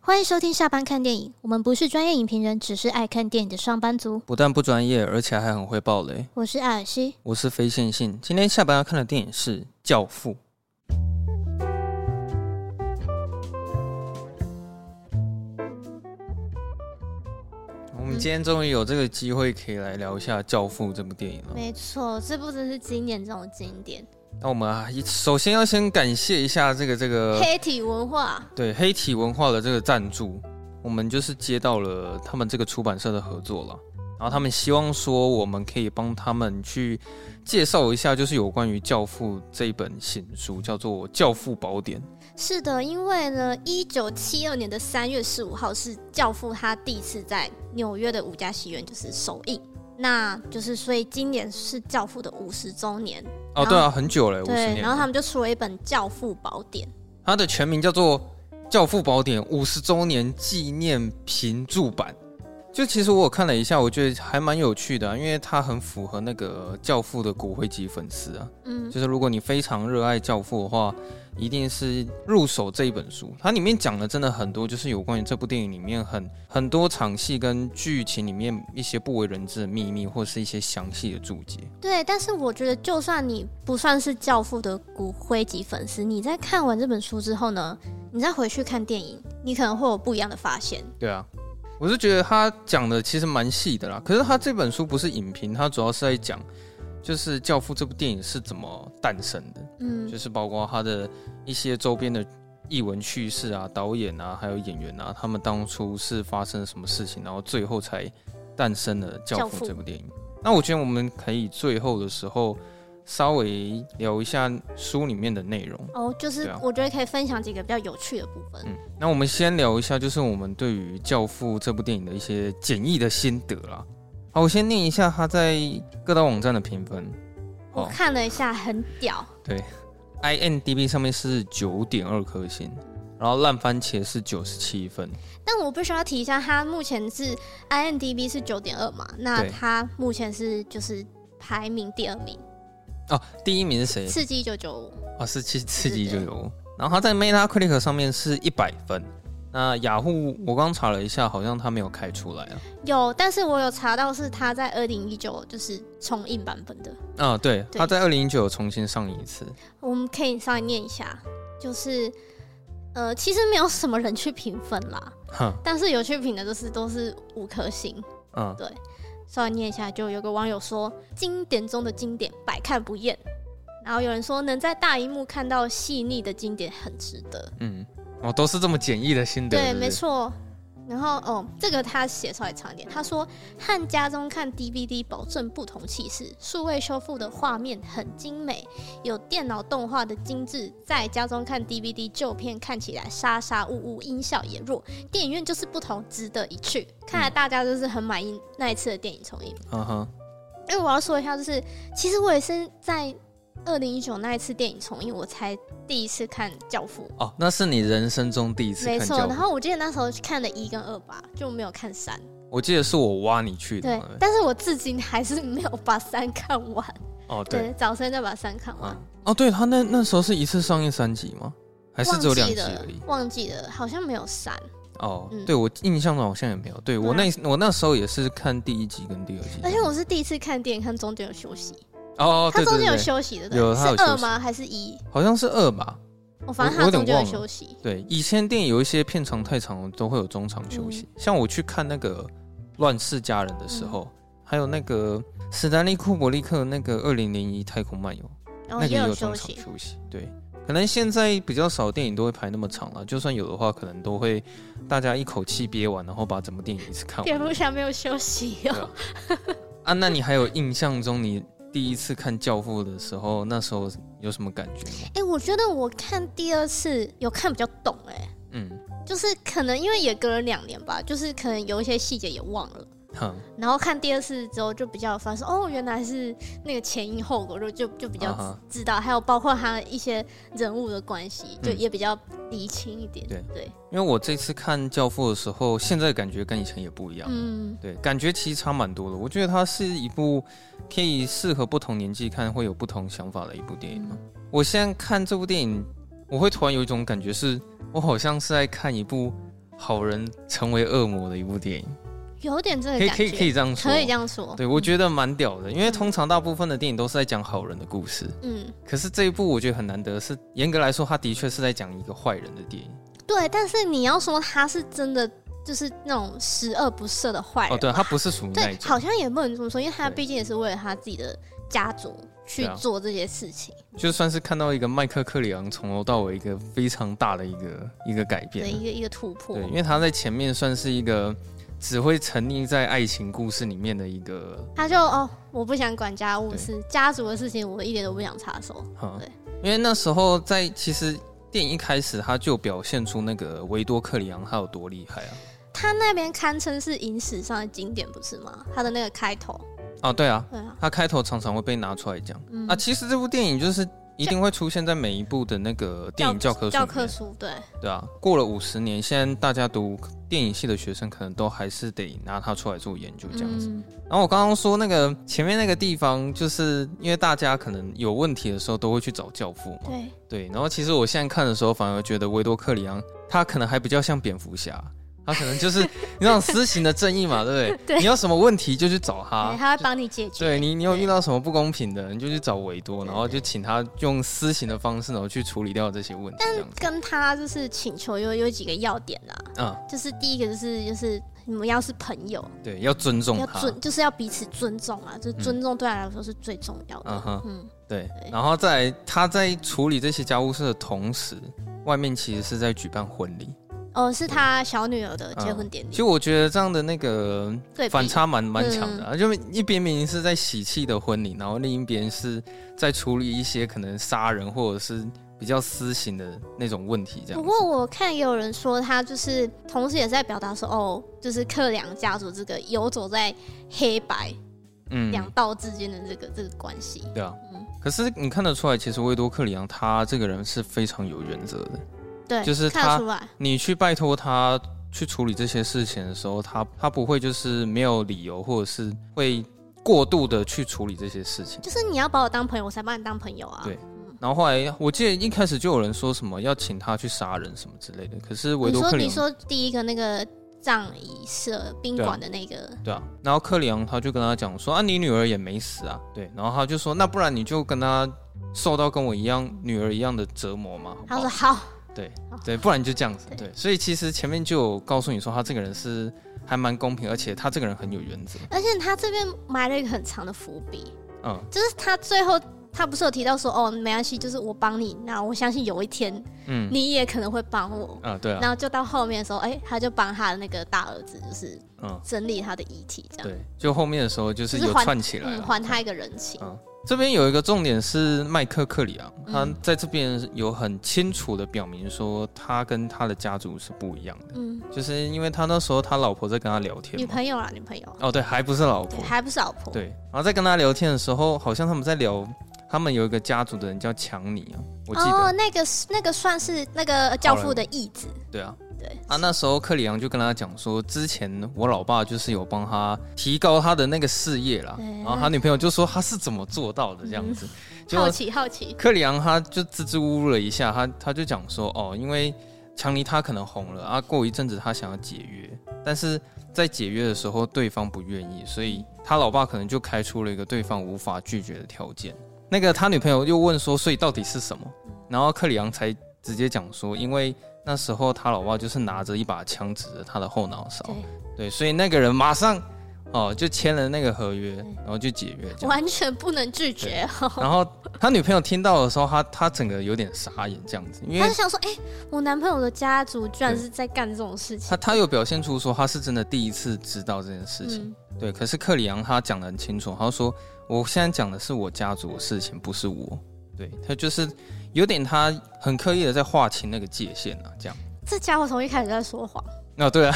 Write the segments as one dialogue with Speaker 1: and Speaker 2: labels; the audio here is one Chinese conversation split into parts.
Speaker 1: 欢迎收听下班看电影，我们不是专业影评人，只是爱看电影的上班族。
Speaker 2: 不但不专业，而且还很会爆雷。
Speaker 1: 我是艾尔西，
Speaker 2: 我是非线性，今天下班要看的电影是《教父》。我们今天终于有这个机会可以来聊一下《教父》这部电影了。
Speaker 1: 没错，这部真是经典这种经典，
Speaker 2: 那我们啊，一首先要先感谢一下这个这个
Speaker 1: 黑体文化。
Speaker 2: 对黑体文化的这个赞助，我们就是接到了他们这个出版社的合作了，然后他们希望说我们可以帮他们去介绍一下，就是有关于《教父》这一本新书，叫做《教父宝典》。
Speaker 1: 是的，因为呢，一九七二年的三月十五号是《教父》他第一次在纽约的五家戏院就是首映，那就是所以今年是《教父》的五十周年。然后
Speaker 2: 哦，对啊，很久了，五十
Speaker 1: 对，
Speaker 2: 年
Speaker 1: 然后他
Speaker 2: 了。
Speaker 1: 们就出了一本《教父宝典》。
Speaker 2: 它的全名叫做《教父宝典五十周年纪念评注版》。就其实我有看了一下，我觉得还蛮有趣的啊、因为它很符合那个《教父》的骨灰级粉丝啊。
Speaker 1: 嗯，
Speaker 2: 就是如果你非常热爱《教父》的话，一定是入手这一本书。它里面讲的真的很多，就是有关于这部电影里面很很多场戏跟剧情里面一些不为人知的秘密，或是一些详细的注解。
Speaker 1: 对，但是我觉得，就算你不算是《教父》的骨灰级粉丝，你在看完这本书之后呢，你再回去看电影，你可能会有不一样的发现。
Speaker 2: 对啊，我是觉得他讲的其实蛮细的啦。可是他这本书不是影评，他主要是在讲就是《教父》这部电影是怎么诞生的。
Speaker 1: 嗯，
Speaker 2: 就是包括他的一些周边的译文叙事啊、导演啊，还有演员啊，他们当初是发生了什么事情，然后最后才诞生了《教
Speaker 1: 教
Speaker 2: 父
Speaker 1: 父》
Speaker 2: 这部电影。那我觉得我们可以最后的时候稍微聊一下书里面的内容。
Speaker 1: 哦，就是
Speaker 2: 对啊
Speaker 1: 我觉得可以分享几个比较有趣的部分。
Speaker 2: 嗯，那我们先聊一下，就是我们对于《教父》这部电影的一些简易的心得啦。好，我先念一下他在各大网站的评分。
Speaker 1: 我
Speaker 2: 哦
Speaker 1: 看了一下，很屌，
Speaker 2: IMDB 上面是九点二颗星，然后烂番茄是九十七分。
Speaker 1: 但我必须要提一下，它目前是 IMDB 是九点二嘛，那
Speaker 2: 对
Speaker 1: 它目前是就是排名第二名，
Speaker 2: 哦，第一名是谁？
Speaker 1: 《刺激一九九五》。
Speaker 2: 哦，是刺刺激就有。然后他在 Metacritic 上面是一百分。那雅虎我刚查了一下，好像他没有开出来啊。
Speaker 1: 有，但是我有查到是它在二零一九就是重映版本的。
Speaker 2: 啊，对，
Speaker 1: 对
Speaker 2: 他在二零一九重新上映一次。
Speaker 1: 我们可以稍微念一下，就是呃，其实没有什么人去评分啦，
Speaker 2: 哼，
Speaker 1: 但是有去评的都是都是五颗星。
Speaker 2: 嗯，
Speaker 1: 稍微念一下，就有个网友说经典中的经典，百看不厌。然后有人说能在大荧幕看到细腻的经典很值得，
Speaker 2: 嗯，哦，都是这么简易的心得。
Speaker 1: 对，
Speaker 2: 是不是
Speaker 1: 没。错。然后哦，这个他写稍微长一点，他说和家中看 DVD 保证不同气势，数位修复的画面很精美，有电脑动画的精致，在家中看 DVD 旧片看起来沙沙雾雾，音效也弱，电影院就是不同，值得一去。看来大家都是很满意那一次的电影重映。
Speaker 2: 嗯哼，
Speaker 1: 因为我要说一下，就是其实我也是在二零一九那一次电影重映，我才第一次看《教父》。
Speaker 2: 哦，那是你人生中第一次
Speaker 1: 没
Speaker 2: 看
Speaker 1: 错，
Speaker 2: 教
Speaker 1: 然
Speaker 2: 父。
Speaker 1: 后我记得那时候看了一跟二吧，就没有看三。
Speaker 2: 我记得是我挖你去的
Speaker 1: 对
Speaker 2: 嘛。，对不对
Speaker 1: 但是我至今还是没有把三看完。
Speaker 2: 哦，对。
Speaker 1: 对，早生再把三看完，
Speaker 2: 啊，哦，对他那那时候是一次上映三集吗？还是只
Speaker 1: 忘
Speaker 2: 有两
Speaker 1: 记
Speaker 2: 集
Speaker 1: 了
Speaker 2: 而已？，
Speaker 1: 忘记了，好像没有三。
Speaker 2: 哦，
Speaker 1: 嗯啊
Speaker 2: 对我印象中好像也没有。对我那我那时候也是看第一集跟第二集。
Speaker 1: 而且我是第一次看电影，看中间有休息，
Speaker 2: 嗯哦，
Speaker 1: 它
Speaker 2: 对对
Speaker 1: 中
Speaker 2: 对
Speaker 1: 间有
Speaker 2: 对
Speaker 1: 休息的，
Speaker 2: 有
Speaker 1: 是
Speaker 2: 它有休息
Speaker 1: 二吗？还是一？
Speaker 2: 好像是二吧？
Speaker 1: 我反正
Speaker 2: 我
Speaker 1: 它
Speaker 2: 我有点
Speaker 1: 中间有
Speaker 2: 忘了
Speaker 1: 休息。
Speaker 2: 对，以前电影有一些片长太长，都会有中场休
Speaker 1: 嗯
Speaker 2: 息。像我去看那个《乱世佳人》的时候，
Speaker 1: 嗯
Speaker 2: 还有那个史丹利库伯利克那个《二零零一太空漫游》，
Speaker 1: 然后
Speaker 2: 那个
Speaker 1: 哦也
Speaker 2: 也有
Speaker 1: 休
Speaker 2: 中场
Speaker 1: 息，
Speaker 2: 休息。对，可能现在比较少电影都会排那么长了，就算有的话，可能都会大家一口气憋完，然后把整部电影一次看
Speaker 1: 蝙蝠
Speaker 2: 完。
Speaker 1: 侠没有休息哦。
Speaker 2: 啊，那你还有印象中你第一次看《教父》的时候，那时候有什么感觉吗？
Speaker 1: 哎、我觉得我看第二次有看比较懂、哎，
Speaker 2: 嗯，
Speaker 1: 就是可能因为也隔了两年吧，就是可能有一些细节也忘了。
Speaker 2: 哼。
Speaker 1: 然后看第二次之后就比较有发现，哦，原来是那个前因后果，就就就比较
Speaker 2: 啊哈
Speaker 1: 知道还有包括他一些人物的关系，就
Speaker 2: 嗯
Speaker 1: 也比较厘清一点。
Speaker 2: 对
Speaker 1: 对，
Speaker 2: 因为我这次看《教父》的时候，现在感觉跟以前也不一样。
Speaker 1: 嗯，
Speaker 2: 对，感觉其实差蛮多的。我觉得它是一部可以适合不同年纪看，会有不同想法的一部电影
Speaker 1: 嗯
Speaker 2: 嘛。我现在看这部电影，我会突然有一种感觉是，我好像是在看一部好人成为恶魔的一部电影，
Speaker 1: 有点这
Speaker 2: 可
Speaker 1: 个
Speaker 2: 以
Speaker 1: 感
Speaker 2: 可以可以
Speaker 1: 觉，
Speaker 2: 这样说，
Speaker 1: 可以这样说。
Speaker 2: 对，我觉得蛮屌的，因为通常大部分的电影都是在讲好人的故事，
Speaker 1: 嗯，
Speaker 2: 可是这一部我觉得很难得，是严格来说，它的确是在讲一个坏人的电影。
Speaker 1: 对。但是你要说他是真的，就是那种十恶不赦的坏人，
Speaker 2: 哦，对，它不是属于那一
Speaker 1: 对，
Speaker 2: 种。
Speaker 1: 好像也不能这么说，因为他
Speaker 2: 对
Speaker 1: 毕竟也是为了他自己的家族去
Speaker 2: 对啊
Speaker 1: 做这些事情，
Speaker 2: 就算是看到一个麦克克里昂从头到尾一个非常大的一个一个改
Speaker 1: 的
Speaker 2: 变，
Speaker 1: 一个一个突破
Speaker 2: 对，。因为他在前面算是一个只会沉溺在爱情故事里面的一个，
Speaker 1: 他就哦，我不想管家务
Speaker 2: 对
Speaker 1: 事，家族的事情我一点都不想插手。
Speaker 2: 哈
Speaker 1: 对，
Speaker 2: 因为那时候在其实电影一开始他就表现出那个维多克里昂他有多厉害啊！
Speaker 1: 他那边堪称是影史上的经典，不是吗？他的那个开头，
Speaker 2: 哦，对啊，
Speaker 1: 对啊，
Speaker 2: 他开头常常会被拿出来讲、
Speaker 1: 嗯
Speaker 2: 啊。其实这部电影就是一定会出现在每一部的那个电影教科书里面
Speaker 1: 教科书对，
Speaker 2: 对啊，过了五十年，现在大家读电影系的学生，可能都还是得拿它出来做研究这样子。
Speaker 1: 嗯，
Speaker 2: 然后我刚刚说那个前面那个地方，就是因为大家可能有问题的时候都会去找教父嘛。
Speaker 1: 对，
Speaker 2: 对，然后其实我现在看的时候，反而觉得维多克里昂他可能还比较像蝙蝠侠，他可能就是你那种私行的正义嘛，对不对？
Speaker 1: 对
Speaker 2: 你有什么问题就去找他
Speaker 1: 哎，他会帮你解决。
Speaker 2: 对你，你有
Speaker 1: 对
Speaker 2: 遇到什么不公平的，你就去找维多，
Speaker 1: 对
Speaker 2: 然后就请他用私刑的方式，然后去处理掉这些问题。这样子，
Speaker 1: 跟他就是请求有有几个要点啦、
Speaker 2: 嗯，
Speaker 1: 就是第一个就是就是你们要是朋友，
Speaker 2: 对，要尊重
Speaker 1: 要
Speaker 2: 他。
Speaker 1: 尊就是要彼此尊重啊，就是尊重对他来说是最重要
Speaker 2: 嗯
Speaker 1: 的。
Speaker 2: 哼，
Speaker 1: 嗯，
Speaker 2: 对
Speaker 1: 对。
Speaker 2: 然后再来他在处理这些家务事的同时，外面其实是在举办婚礼。
Speaker 1: 哦，是他小女儿的
Speaker 2: 嗯
Speaker 1: 结婚典礼
Speaker 2: 其，实我觉得这样的那个
Speaker 1: 对比
Speaker 2: 反差蛮蛮强的、啊，就一边明明是在喜气的婚礼，然后另一边是在处理一些可能杀人或者是比较私刑的那种问题，这样
Speaker 1: 不
Speaker 2: 子。
Speaker 1: 过我看也有人说，他就是同时也在表达说，哦，就是克良家族这个游走在黑白
Speaker 2: 嗯
Speaker 1: 两道之间的这个这个关系。
Speaker 2: 对啊
Speaker 1: 嗯，
Speaker 2: 可是你看得出来，其实维多克里昂他这个人是非常有原则的。
Speaker 1: 对，
Speaker 2: 就是
Speaker 1: 看
Speaker 2: 他
Speaker 1: 得出来，
Speaker 2: 你去拜托他去处理这些事情的时候，他他不会就是没有理由，或者是会过度的去处理这些事情。
Speaker 1: 就是你要把我当朋友，我才把你当朋友啊。
Speaker 2: 对然后后来我记得一开始就有人说什么要请他去杀人什么之类的，可是维
Speaker 1: 你
Speaker 2: 多
Speaker 1: 说
Speaker 2: 克里
Speaker 1: 你
Speaker 2: 昂
Speaker 1: 说第一个那个葬仪社宾馆的那个，
Speaker 2: 对啊，然后克里昂他就跟他讲说啊，你女儿也没死啊，对，然后他就说那不然你就跟他受到跟我一样女儿一样的折磨嘛，好不
Speaker 1: 他说
Speaker 2: 好
Speaker 1: 好，
Speaker 2: 对
Speaker 1: 哦
Speaker 2: 对，不然就这样子。
Speaker 1: 对
Speaker 2: 对，所以其实前面就有告诉你说，他这个人是还蛮公平，而且他这个人很有原则。
Speaker 1: 而且他这边埋了一个很长的伏笔，
Speaker 2: 嗯，
Speaker 1: 就是他最后他不是有提到说哦没关系，就是我帮你，那我相信有一天
Speaker 2: 嗯
Speaker 1: 你也可能会帮我。
Speaker 2: 啊，对啊，
Speaker 1: 然后就到后面的时候，哎、他就帮他的那个大儿子，就是
Speaker 2: 嗯，
Speaker 1: 整理他的遗体，这样，
Speaker 2: 对，就后面的时候就是
Speaker 1: 就是
Speaker 2: 有
Speaker 1: 还
Speaker 2: 串起来
Speaker 1: 嗯，
Speaker 2: 了。
Speaker 1: 还他一个人情。
Speaker 2: 嗯这边有一个重点是麦克克里昂，他
Speaker 1: 嗯
Speaker 2: 在这边有很清楚的表明说，他跟他的家族是不一样的，
Speaker 1: 嗯，
Speaker 2: 就是因为他那时候他老婆在跟他聊天
Speaker 1: 女
Speaker 2: 嘛，
Speaker 1: 朋友啊啦，女朋友，
Speaker 2: 哦，对，还不是老
Speaker 1: 对，
Speaker 2: 婆，
Speaker 1: 还不是老婆，
Speaker 2: 对，然后在跟他聊天的时候，好像他们在聊，他们有一个家族的人叫强尼啊，我记
Speaker 1: 哦，
Speaker 2: 得，
Speaker 1: 那个是那个算是那个教父的义子，
Speaker 2: 对啊，
Speaker 1: 对，
Speaker 2: 啊，那时候克里昂就跟他讲说，之前我老爸就是有帮他提高他的那个事业啦
Speaker 1: 对，嗯
Speaker 2: 然后他女朋友就说他是怎么做到的这样子，就
Speaker 1: 好奇好奇，
Speaker 2: 克里昂他就支支吾吾了一下，他他就讲说，哦，因为强尼他可能红了啊，过一阵子他想要解约，但是在解约的时候对方不愿意，所以他老爸可能就开出了一个对方无法拒绝的条件。那个他女朋友又问说，所以到底是什么？然后克里昂才直接讲说，因为那时候他老爸就是拿着一把枪指着他的后脑勺
Speaker 1: 对，
Speaker 2: 对，所以那个人马上哦就签了那个合约，然后就解约这样。
Speaker 1: 完全不能拒绝。哦
Speaker 2: 然后他女朋友听到的时候，他他整个有点傻眼这样子，因
Speaker 1: 他
Speaker 2: 为
Speaker 1: 就想说，哎、我男朋友的家族居然是在干这种事情
Speaker 2: 他，他有表现出说他是真的第一次知道这件事情，
Speaker 1: 嗯，
Speaker 2: 对。可是克里昂他讲的很清楚，他说我现在讲的是我家族的事情，不是我。对他就是有点他很刻意的在划清那个界限啊，这样。
Speaker 1: 这家伙从一开始在说谎，
Speaker 2: 啊、对啊，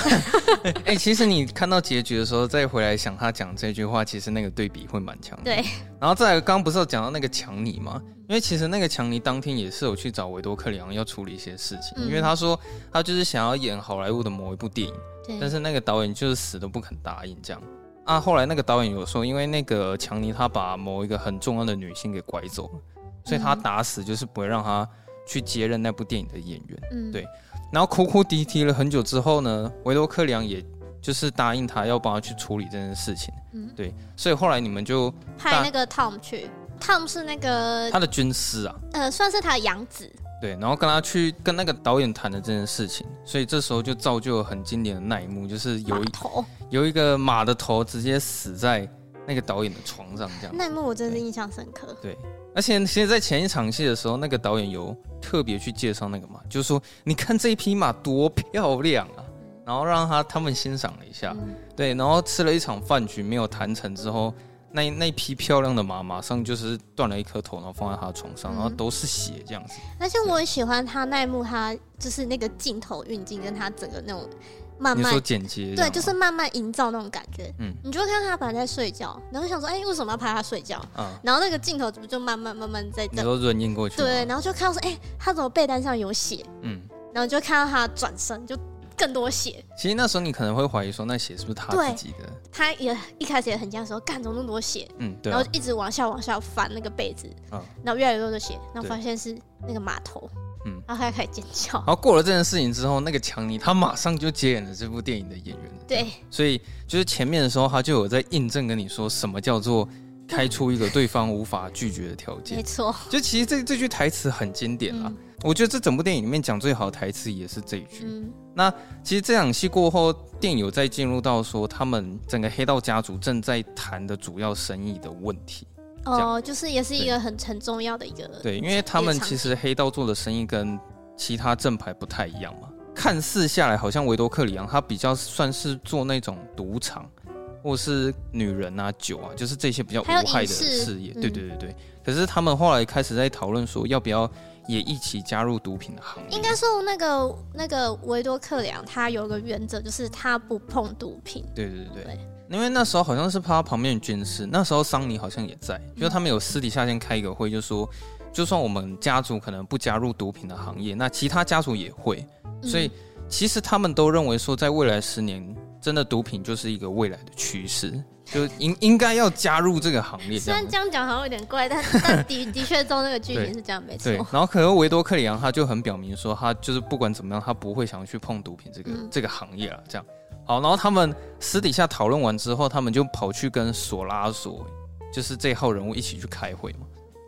Speaker 2: 哎、其实你看到结局的时候，再回来想他讲这句话，其实那个对比会蛮强的。
Speaker 1: 对，
Speaker 2: 然后再来，刚刚不是有讲到那个强尼吗？因为其实那个强尼当天也是有去找维多克里昂要处理一些事情，
Speaker 1: 嗯
Speaker 2: 因为他说他就是想要演好莱坞的某一部电影，
Speaker 1: 对，
Speaker 2: 嗯但是那个导演就是死都不肯答应这样。啊，后来那个导演有说，因为那个强尼他把某一个很重要的女性给拐走了，所以他
Speaker 1: 嗯
Speaker 2: 打死就是不会让他去接任那部电影的演员。
Speaker 1: 嗯，
Speaker 2: 对然后苦苦抵提了很久之后呢，维多克良也就是答应他要帮他去处理这件事情。
Speaker 1: 嗯
Speaker 2: 对，所以后来你们就
Speaker 1: 派那个 Tom 去，Tom 是那个
Speaker 2: 他的军师啊，
Speaker 1: 呃，算是他的养子，
Speaker 2: 对，然后跟他去跟那个导演谈了这件事情，所以这时候就造就了很经典的那一幕，就是
Speaker 1: 马
Speaker 2: 有一
Speaker 1: 头
Speaker 2: 有一个马的头直接死在那个导演的床上这样。
Speaker 1: 那一幕我真的印象深刻。
Speaker 2: 而且其实，在前一场戏的时候，那个导演有特别去介绍那个马，就是说你看这一匹马多漂亮啊，然后让他他们欣赏了一下，
Speaker 1: 嗯
Speaker 2: 对，然后吃了一场饭局没有谈成之后，那那匹漂亮的马马上就是断了一颗头，然后放在他的床上，
Speaker 1: 嗯
Speaker 2: 然后都是血这样子，
Speaker 1: 而且我很喜欢他那一幕，他就是那个镜头运镜跟他整个那种慢
Speaker 2: 你
Speaker 1: 慢
Speaker 2: 说剪接这样
Speaker 1: 对，
Speaker 2: 吗，
Speaker 1: 就是慢慢营造那种感觉。
Speaker 2: 嗯
Speaker 1: 你就会看到他本来在睡觉，然后想说，哎、为什么要拍他睡觉？
Speaker 2: 啊，
Speaker 1: 然后那个镜头不就慢慢慢慢在
Speaker 2: 你
Speaker 1: 这，
Speaker 2: 说润印过去，
Speaker 1: 对，，然后就看到说，哎、他怎么被单上有血？
Speaker 2: 嗯，
Speaker 1: 然后你就看到他转身就更多血。
Speaker 2: 其实那时候你可能会怀疑说那血是不是他
Speaker 1: 对
Speaker 2: 自己的，
Speaker 1: 他也一开始也很僵，说干怎么那么多血，
Speaker 2: 嗯，对
Speaker 1: 然
Speaker 2: 啊、
Speaker 1: 后就一直往下往下翻那个被子，
Speaker 2: 嗯
Speaker 1: 然后越来越多的血，然后
Speaker 2: 对
Speaker 1: 发现是那个码头，
Speaker 2: 嗯
Speaker 1: 然后他开始尖叫
Speaker 2: 然，后过了这件事情之后，那个强尼他马上就接演了这部电影的演员了。
Speaker 1: 对，
Speaker 2: 所以就是前面的时候，他就有在印证跟你说什么叫做开出一个对方无法拒绝的条
Speaker 1: 没
Speaker 2: 件。
Speaker 1: 错，
Speaker 2: 就其实这这句台词很经典啦，
Speaker 1: 嗯
Speaker 2: 我觉得这整部电影里面讲最好的台词也是这一句。
Speaker 1: 嗯
Speaker 2: 其实这场戏过后，电影有在进入到说他们整个黑道家族正在谈的主要生意的问题。这样
Speaker 1: 哦，就是也是一个很很重要的一个，
Speaker 2: 对，因为他们其实黑道做的生意跟其他正牌不太一样嘛。看似下来，好像维多克里昂他比较算是做那种赌场，或是女人啊、酒啊，就是这些比较无
Speaker 1: 还有
Speaker 2: 害的
Speaker 1: 影视
Speaker 2: 事业。
Speaker 1: 嗯
Speaker 2: 对对对对。可是他们后来开始在讨论说，要不要也一起加入毒品的行业？
Speaker 1: 应该说那个那个维多克良他有个原则，就是他不碰毒品，
Speaker 2: 对对对
Speaker 1: 对
Speaker 2: 对。因为那时候好像是他旁边的军师，那时候桑尼好像也在，
Speaker 1: 嗯
Speaker 2: 就他们有私底下先开一个会，就说，就算我们家族可能不加入毒品的行业，那其他家族也会，
Speaker 1: 嗯
Speaker 2: 所以其实他们都认为说，在未来十年，真的毒品就是一个未来的趋势，就应应该要加入这个行列这
Speaker 1: 虽然
Speaker 2: 样
Speaker 1: 这
Speaker 2: 子。
Speaker 1: 样讲好像有点怪， 但但的的确照那个剧情是这样，没错
Speaker 2: 对，，然后可能维多克里昂他就很表明说，他就是不管怎么样，他不会想要去碰毒品这个、
Speaker 1: 嗯
Speaker 2: 这个行业了。这样，好，然后他们私底下讨论完之后，他们就跑去跟索拉索，就是这号人物一起去开会嘛。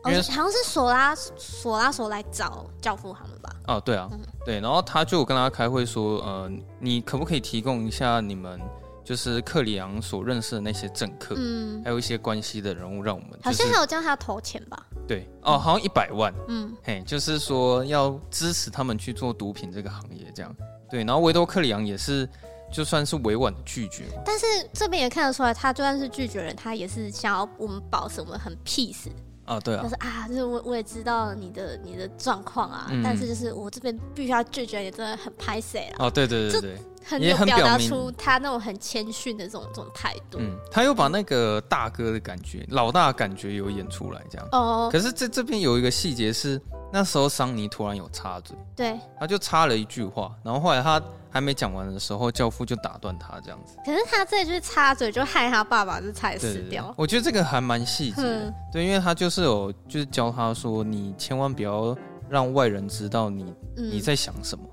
Speaker 1: 哦
Speaker 2: 因为
Speaker 1: 好像是索拉索拉索来找教父他们吧，
Speaker 2: 啊，对啊
Speaker 1: 嗯，
Speaker 2: 对，然后他就有跟他开会说，呃，你可不可以提供一下你们就是克里昂所认识的那些政客，
Speaker 1: 嗯，
Speaker 2: 还有一些关系的人物，让我们
Speaker 1: 好
Speaker 2: 呃就是
Speaker 1: 像还有叫他投钱吧，
Speaker 2: 对哦，好像一百万，
Speaker 1: 嗯，
Speaker 2: 嘿，就是说要支持他们去做毒品这个行业，这样对。然后维多克里昂也是，就算是委婉的拒绝嘛，
Speaker 1: 但是这边也看得出来，他就算是拒绝人，他也是想要我们保持我们很 peace，
Speaker 2: 啊，对
Speaker 1: 就
Speaker 2: 啊，
Speaker 1: 是啊，就是我我也知道你的你的状况啊，
Speaker 2: 嗯
Speaker 1: 但是就是我这边必须要拒绝，也真的很拍谁啊啦，
Speaker 2: 哦，对对对对，
Speaker 1: 很
Speaker 2: 也
Speaker 1: 有
Speaker 2: 很
Speaker 1: 表
Speaker 2: 表
Speaker 1: 达
Speaker 2: 明
Speaker 1: 出他那种很谦逊的这种这种态度。
Speaker 2: 嗯，他又把那个大哥的感觉、老大的感觉有演出来，这样。
Speaker 1: 哦，
Speaker 2: 可是这这边有一个细节是，那时候桑尼突然有插嘴，
Speaker 1: 对，
Speaker 2: 他就插了一句话，然后后来他还没讲完的时候，教父就打断他，这样子。
Speaker 1: 可是他这句插嘴就害他爸爸就差点
Speaker 2: 对
Speaker 1: 死
Speaker 2: 对对
Speaker 1: 掉。
Speaker 2: 我觉得这个还蛮细节的
Speaker 1: 嗯，
Speaker 2: 对，因为他就是有就是教他说，你千万不要让外人知道你
Speaker 1: 嗯，
Speaker 2: 你在想什么？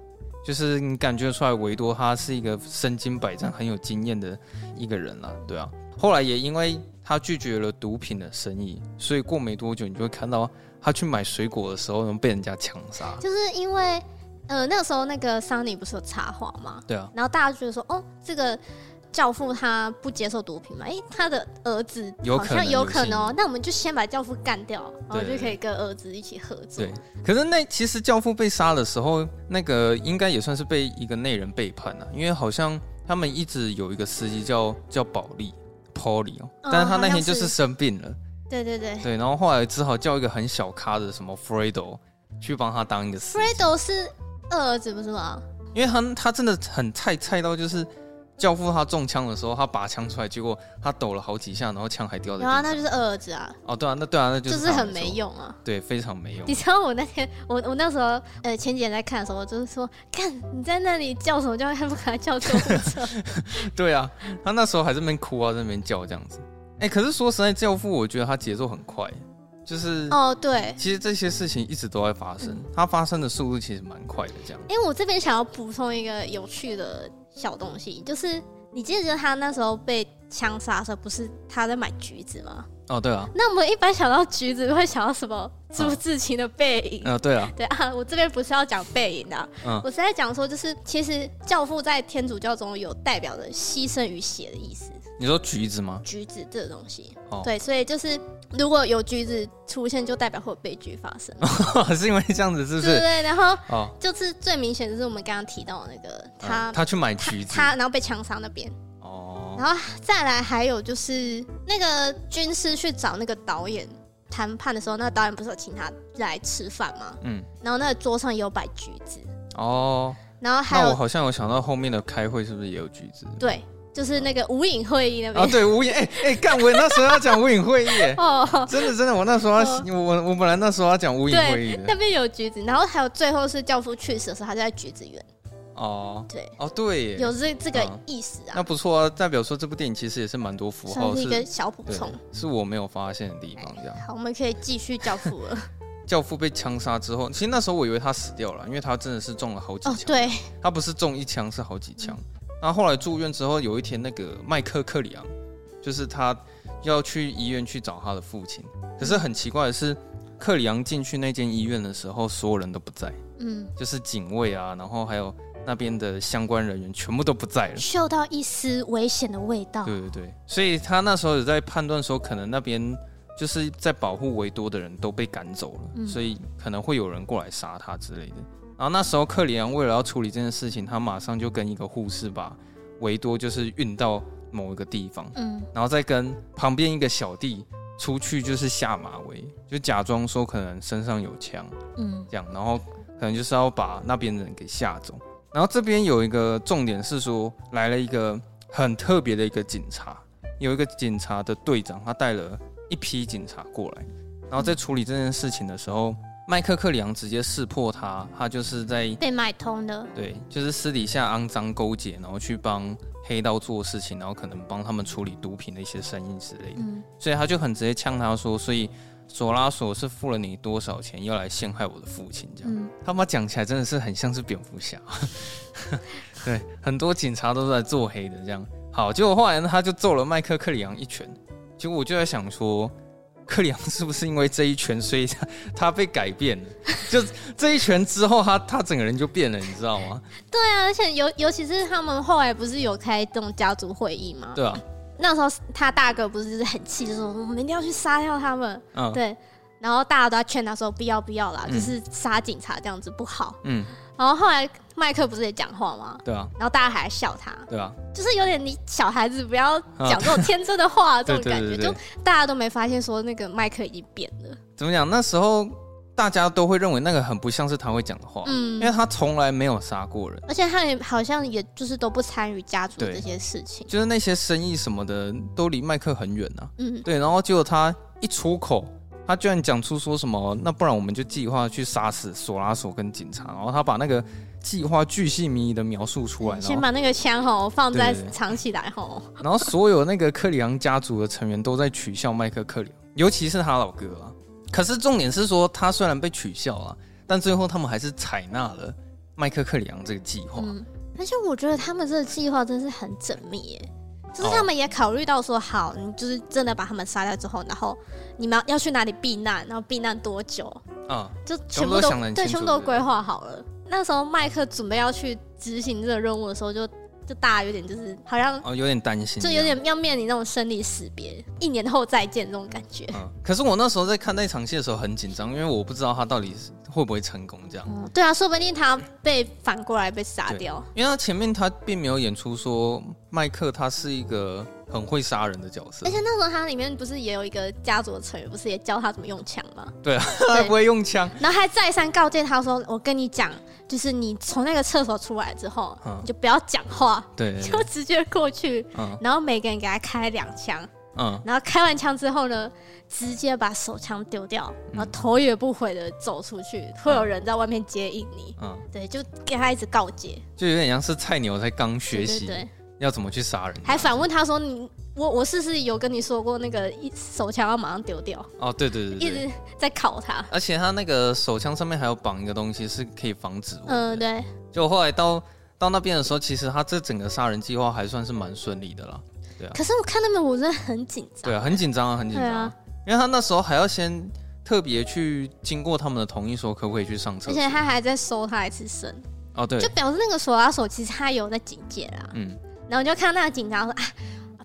Speaker 2: 就是你感觉出来维多他是一个身经百战、很有经验的一个人啦，对啊。后来也因为他拒绝了毒品的生意，所以过没多久你就会看到他去买水果的时候，能被人家枪杀。
Speaker 1: 就是因为呃那个时候那个桑尼不是有插话吗？
Speaker 2: 对啊，
Speaker 1: 然后大家就觉得说，哦，这个教父他不接受毒品嘛，诶，他的儿子
Speaker 2: 有
Speaker 1: 好
Speaker 2: 可能
Speaker 1: 像有
Speaker 2: 有
Speaker 1: 可
Speaker 2: 幸
Speaker 1: 能哦，那我们就先把教父干掉，然后
Speaker 2: 对
Speaker 1: 就可以跟儿子一起合作
Speaker 2: 对。。可是那其实教父被杀的时候，那个应该也算是被一个内人背叛了、因为好像他们一直有一个司机叫叫保利 Polly 哦，
Speaker 1: 嗯
Speaker 2: 但是他那
Speaker 1: 好
Speaker 2: 天
Speaker 1: 像
Speaker 2: 就是
Speaker 1: 是
Speaker 2: 生病了。
Speaker 1: 对对对
Speaker 2: 对，然后后来只好叫一个很小咖的什么 Fredo 去帮他当一个司机，
Speaker 1: ，Fredo 是二儿子不是吗？
Speaker 2: 因为他他真的很菜菜到就是教父他中枪的时候，他拔枪出来，结果他抖了好几下，然后枪还掉在
Speaker 1: 然后
Speaker 2: 地
Speaker 1: 那
Speaker 2: 上。
Speaker 1: 就是二儿子啊，
Speaker 2: 哦，对啊，那对啊，那就
Speaker 1: 就是是
Speaker 2: 他
Speaker 1: 很
Speaker 2: 没
Speaker 1: 没
Speaker 2: 错，
Speaker 1: 用啊。
Speaker 2: 对，非常没用
Speaker 1: 你。知道我那天，我我那时候，呃，前几天在看的时候，我就是说，看你在那里叫什么叫，还不赶快叫 救护车？
Speaker 2: 对啊，他那时候还在那边哭啊，在那边叫这样子。哎、可是说实在，教父我觉得他节奏很快，就是
Speaker 1: 哦，嗯对，
Speaker 2: 其实这些事情一直都在发生，它发生的速度其实蛮快的，这样。
Speaker 1: 哎、我这边想要补充一个有趣的小东西，就是你记得他那时候被枪杀的时候，不是他在买橘子吗？
Speaker 2: 哦，对啊，
Speaker 1: 那我们一般想到橘子会想到什么？朱自清的背影。
Speaker 2: 呃，对啊，
Speaker 1: 对啊，我这边不是要讲背影的、啊，
Speaker 2: 嗯
Speaker 1: 我是在讲说，就是其实教父在天主教中有代表着牺牲与血的意思，
Speaker 2: 你说橘子吗？
Speaker 1: 橘子这个东西。
Speaker 2: 哦
Speaker 1: 对，所以就是如果有橘子出现，就代表会有悲剧发生，
Speaker 2: 是因为这样子哦是不
Speaker 1: 对对
Speaker 2: 是？
Speaker 1: 对。然后
Speaker 2: 哦，
Speaker 1: 就是最明显的是我们刚刚提到的那个
Speaker 2: 呃
Speaker 1: 他、
Speaker 2: 他去买
Speaker 1: 他
Speaker 2: 橘子，
Speaker 1: 他，然后被枪伤那边。
Speaker 2: 哦，
Speaker 1: 然后再来还有就是那个军师去找那个导演谈判的时候，那个导演不是有请他来吃饭吗？
Speaker 2: 嗯，
Speaker 1: 然后那个桌上有摆橘子，
Speaker 2: 哦，
Speaker 1: 然后还
Speaker 2: 那我
Speaker 1: 有
Speaker 2: 好像有想到后面的开会是不是也有橘子？
Speaker 1: 对，就是那个无影会议那
Speaker 2: 啊，
Speaker 1: 边。
Speaker 2: 对，无影，哎哎，干，我那时候要讲无影会议， 哎
Speaker 1: 哦，
Speaker 2: 真的真的，我那时候要
Speaker 1: 哦
Speaker 2: 我我我本来那时候要讲无影会议
Speaker 1: 对，那
Speaker 2: 的，
Speaker 1: 边有橘子，然后还有最后是教父去世的时候，他就在橘子园，
Speaker 2: 哦
Speaker 1: 对，
Speaker 2: 哦对耶，
Speaker 1: 有这这个
Speaker 2: 嗯
Speaker 1: 意思
Speaker 2: 那
Speaker 1: 啊，
Speaker 2: 不错啊，代表说这部电影其实也是蛮多符
Speaker 1: 算
Speaker 2: 号
Speaker 1: 是
Speaker 2: 是
Speaker 1: 一个小补
Speaker 2: 对
Speaker 1: 充。，
Speaker 2: 是我没有发现的地方。这样，
Speaker 1: 好，我们可以继续教父 了。
Speaker 2: 教父被枪杀之后，其实那时候我以为他死掉了，因为他真的是中了好几
Speaker 1: 哦，
Speaker 2: 枪，
Speaker 1: 对，
Speaker 2: 他不是中一枪，是好几枪。然后后来住院之后，有一天那个麦克克里昂，就是他要去医院去找他的父亲，可是很奇怪的是，克里昂进去那间医院的时候，所有人都不在，
Speaker 1: 嗯，
Speaker 2: 就是警卫啊，然后还有那边的相关人员全部都不在了。
Speaker 1: 嗅到一丝危险的味道。
Speaker 2: 对对对，所以他那时候有在判断说，可能那边就是在保护维多的人都被赶走了，
Speaker 1: 嗯
Speaker 2: 所以可能会有人过来杀他之类的。然后那时候克里昂为了要处理这件事情，他马上就跟一个护士把维多就是运到某一个地方，
Speaker 1: 嗯，
Speaker 2: 然后再跟旁边一个小弟出去就是下马威，就假装说可能身上有枪。
Speaker 1: 嗯，
Speaker 2: 这样，然后可能就是要把那边的人给吓走。然后这边有一个重点是说，来了一个很特别的一个警察，有一个警察的队长，他带了一批警察过来，然后在处理这件事情的时候，麦克克里昂直接识破他，他就是在
Speaker 1: 被买通的。
Speaker 2: 对，就是私底下肮脏勾结，然后去帮黑道做事情，然后可能帮他们处理毒品的一些生意之类的，
Speaker 1: 嗯，
Speaker 2: 所以他就很直接呛他说，所以索拉索是付了你多少钱要来陷害我的父亲这样。
Speaker 1: 嗯，
Speaker 2: 他妈讲起来真的是很像是蝙蝠侠， 对，很多警察都是来做黑的这样。好，结果后来呢，他就揍了麦克克里昂一拳。结果我就在想说，克里昂是不是因为这一拳，所以他他被改变了？就这一拳之后他，他整个人就变了，你知道吗？
Speaker 1: 对啊，而且尤尤其是他们后来不是有开这种家族会议吗？
Speaker 2: 对啊，
Speaker 1: 那时候他大哥不是就是很气，就说我们一定要去杀掉他们。
Speaker 2: 嗯
Speaker 1: 对，然后大家都在劝他说不要不要啦，
Speaker 2: 嗯
Speaker 1: 就是杀警察这样子不好。
Speaker 2: 嗯，
Speaker 1: 然后后来麦克不是也讲话吗？
Speaker 2: 对啊，
Speaker 1: 然后大家还笑他，
Speaker 2: 对啊，
Speaker 1: 就是有点你小孩子不要讲这种天真的 话，这
Speaker 2: 对
Speaker 1: 种
Speaker 2: 对
Speaker 1: 感
Speaker 2: 对
Speaker 1: 觉，
Speaker 2: 对
Speaker 1: 就，大家都没发现说那个麦克已经变了。
Speaker 2: 怎么讲？那时候大家都会认为那个很不像是他会讲的话，
Speaker 1: 嗯
Speaker 2: 因为他从来没有杀过人。
Speaker 1: 而且他也好像也就是都不参与家族的
Speaker 2: 对
Speaker 1: 这些事情。
Speaker 2: 就是那些生意什么的都离麦克很远啊，
Speaker 1: 嗯，
Speaker 2: 对，然后结果他一出口，他居然讲出说什么，那不然我们就计划去杀死索拉索跟警察，然后他把那个计划巨细靡遗的描述出来，然
Speaker 1: 先
Speaker 2: 后哦
Speaker 1: 把那个枪吼放在
Speaker 2: 对对对
Speaker 1: 藏起来吼。
Speaker 2: 然后所有那个克里昂家族的成员都在取笑麦克克里昂，尤其是他老哥啊。可是重点是说，他虽然被取笑啊，但最后他们还是采纳了麦克克里昂这个计划。
Speaker 1: 嗯，而且我觉得他们这个计划真是很缜密耶，就是
Speaker 2: 哦
Speaker 1: 他们也考虑到说，好，你就是真的把他们杀掉之后，然后你们要要去哪里避难，然后避难多久，
Speaker 2: 啊、
Speaker 1: 就
Speaker 2: 全
Speaker 1: 全部
Speaker 2: 部都
Speaker 1: 都
Speaker 2: 想得很
Speaker 1: 对，
Speaker 2: 清
Speaker 1: 全
Speaker 2: 楚
Speaker 1: 部都
Speaker 2: 对
Speaker 1: 规划好了。那时候麦克准备要去执行这个任务的时候就，就大家有点就是好像
Speaker 2: 哦，有点担心这
Speaker 1: 就
Speaker 2: 样，
Speaker 1: 有点要面临那种生离死别，一年后再见这种感觉。
Speaker 2: 嗯，可是我那时候在看那场戏的时候很紧张，因为我不知道他到底是会不会成功这样，
Speaker 1: 嗯，对啊，说不定他被反过来被杀
Speaker 2: 对
Speaker 1: 掉。
Speaker 2: 因为他前面他并没有演出说麦克他是一个很会杀人的角色
Speaker 1: 而，且那时候他里面不是也有一个家族的成员，不是也教他怎么用枪吗？
Speaker 2: 他还不会 用枪，
Speaker 1: 然后还再三告诫他说：“我跟你讲，就是你从那个厕所出来之后，
Speaker 2: 嗯
Speaker 1: 你就不要讲话，
Speaker 2: 对，对对
Speaker 1: 就直接过去。
Speaker 2: 嗯
Speaker 1: 然后每个人给他开两枪，
Speaker 2: 嗯，
Speaker 1: 然后开完枪之后呢，直接把手枪丢掉，
Speaker 2: 嗯
Speaker 1: 然后头也不回的走出去，会有人在外面接应你。
Speaker 2: 嗯，
Speaker 1: 对，就给他一直告诫，
Speaker 2: 就有点像是菜鸟才刚学习，
Speaker 1: 对对对
Speaker 2: 要怎么去杀人，
Speaker 1: 还反问他说你我我是不是有跟你说过那个一手枪要马上丢掉，
Speaker 2: 哦，对对对
Speaker 1: 一
Speaker 2: 对对，
Speaker 1: 直在考他。
Speaker 2: 而且他那个手枪上面还有绑一个东西，是可以防止我。
Speaker 1: 嗯，对，
Speaker 2: 就后来到到那边的时候，其实他这整个杀人计划还算是蛮顺利的啦。
Speaker 1: 可是我看他们我真的很紧张。
Speaker 2: 对啊，很紧张啊，很紧张、
Speaker 1: 对啊
Speaker 2: 因为他那时候还要先特别去经过他们的同意，说可不可以去上厕
Speaker 1: 而
Speaker 2: 所
Speaker 1: 且。他还在搜他一次身，
Speaker 2: 哦，对
Speaker 1: 就，表示那个手拉手其实他有在警戒啦。
Speaker 2: 嗯。
Speaker 1: 然后我就看到那个警察说啊，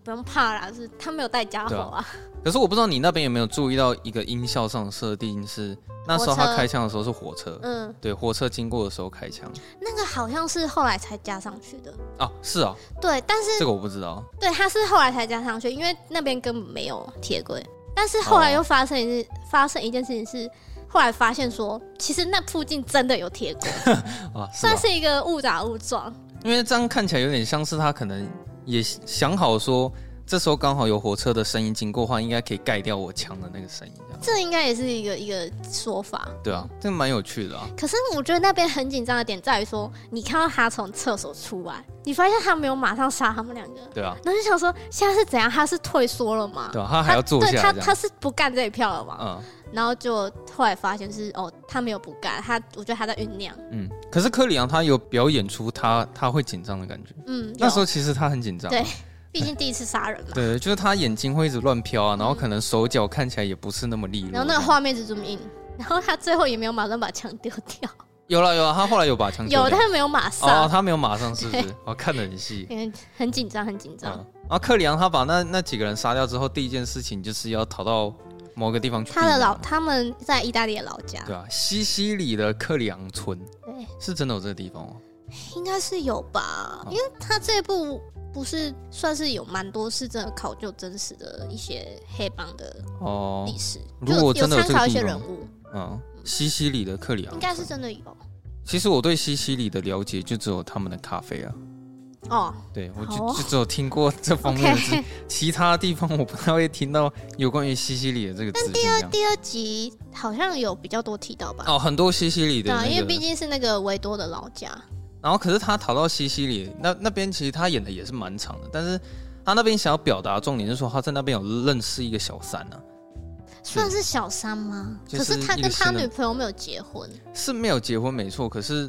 Speaker 1: 不用怕啦，就是他没有带家伙啊。
Speaker 2: 可是我不知道你那边有没有注意到一个音效上的设定是，那时候
Speaker 1: 火
Speaker 2: 他
Speaker 1: 车
Speaker 2: 开枪的时候是火车，
Speaker 1: 嗯，
Speaker 2: 对，啊火车经过的时候开枪。
Speaker 1: 那个好像是后来才加上去的。
Speaker 2: 啊，是啊，
Speaker 1: 对，但是
Speaker 2: 这个我不知道。
Speaker 1: 对，他是后来才加上去，因为那边根本没有铁轨。但是后来又发生
Speaker 2: 哦
Speaker 1: 一、发生一件事情是，后来发现说，其实那附近真的有铁轨，
Speaker 2: 啊，是啊
Speaker 1: 算，是一个误打误撞。
Speaker 2: 因为这样看起来有点像是他可能也想好说，这时候刚好有火车的声音经过的话，应该可以盖掉我枪的那个声音，这样
Speaker 1: 这应该也是一个一个说法。
Speaker 2: 对啊，这蛮有趣的啊。
Speaker 1: 可是我觉得那边很紧张的点在于说，你看到他从厕所出来，你发现他没有马上杀他们两个，
Speaker 2: 对啊，
Speaker 1: 然后就想说现在是怎样？他是退缩了吗？
Speaker 2: 对啊，他还要坐
Speaker 1: 对
Speaker 2: 下来
Speaker 1: 他
Speaker 2: 这
Speaker 1: 他
Speaker 2: 样。
Speaker 1: 是不干这一票了嘛？
Speaker 2: 嗯
Speaker 1: 然后就后来发现是哦，他没有不干，他我觉得他在酝酿。
Speaker 2: 嗯，可是克里昂他有表演出他他会紧张的感觉，
Speaker 1: 嗯，
Speaker 2: 那
Speaker 1: 有
Speaker 2: 时候其实他很紧张。啊
Speaker 1: 对毕竟第一次杀人嘛。
Speaker 2: 对，就是他眼睛会一直乱飘啊，然后可能手脚看起来也不是那么利落。
Speaker 1: 嗯然后那个画面是 zoom in，然 后他最后也没有马上把枪丢掉，
Speaker 2: 有了有了，他后来有把枪丢
Speaker 1: 有
Speaker 2: 掉
Speaker 1: 但没有马
Speaker 2: 嗯哦，
Speaker 1: 上，
Speaker 2: 他没有马 上是不是？我看得很细。
Speaker 1: 因为很紧张，很紧
Speaker 2: 嗯，
Speaker 1: 张。
Speaker 2: 然后克里昂他把那那几个人杀掉之后，第一件事情就是要逃到某个地方去避
Speaker 1: 他
Speaker 2: 难嘛。
Speaker 1: 的老他们在意大利的老家，
Speaker 2: 对啊，西西里的克里昂村
Speaker 1: 对，
Speaker 2: 是真的有这个地方哦。
Speaker 1: 应该是有吧，
Speaker 2: 哦
Speaker 1: 因为他这部不是算是有蛮多是真的考究真实的一些黑帮的
Speaker 2: 哦
Speaker 1: 历，史，
Speaker 2: 如
Speaker 1: 就
Speaker 2: 果
Speaker 1: 有
Speaker 2: 真的有
Speaker 1: 参
Speaker 2: 这
Speaker 1: 考
Speaker 2: 个
Speaker 1: 一些
Speaker 2: 地
Speaker 1: 人
Speaker 2: 方，
Speaker 1: 物，
Speaker 2: 嗯，西西里的克里昂
Speaker 1: 应该是
Speaker 2: 村
Speaker 1: 真的有
Speaker 2: 其实我对西西里的了解就只有他们的咖啡啊，
Speaker 1: 哦。
Speaker 2: 对我就、
Speaker 1: 好哦
Speaker 2: 就只有听过这 方面的资
Speaker 1: OK，
Speaker 2: 其他地方我不太会听到有关于西西里的这个资讯这样。
Speaker 1: 第二集好像有比较多提到吧？
Speaker 2: 哦，很多西西里的、
Speaker 1: 对
Speaker 2: 那
Speaker 1: 啊，
Speaker 2: 个，
Speaker 1: 因为毕竟是那个维多的老家，
Speaker 2: 然后可是他逃到西西里那那边，其实他演的也是蛮长的，但是他那边想要表达的重点就是说他在那边有认识一个小三啊，
Speaker 1: 算是小三吗？
Speaker 2: 就
Speaker 1: 可
Speaker 2: 是
Speaker 1: 是他
Speaker 2: 一
Speaker 1: 跟
Speaker 2: 个
Speaker 1: 他
Speaker 2: 新的
Speaker 1: 女朋友没有结婚，
Speaker 2: 是没有结婚没错，可是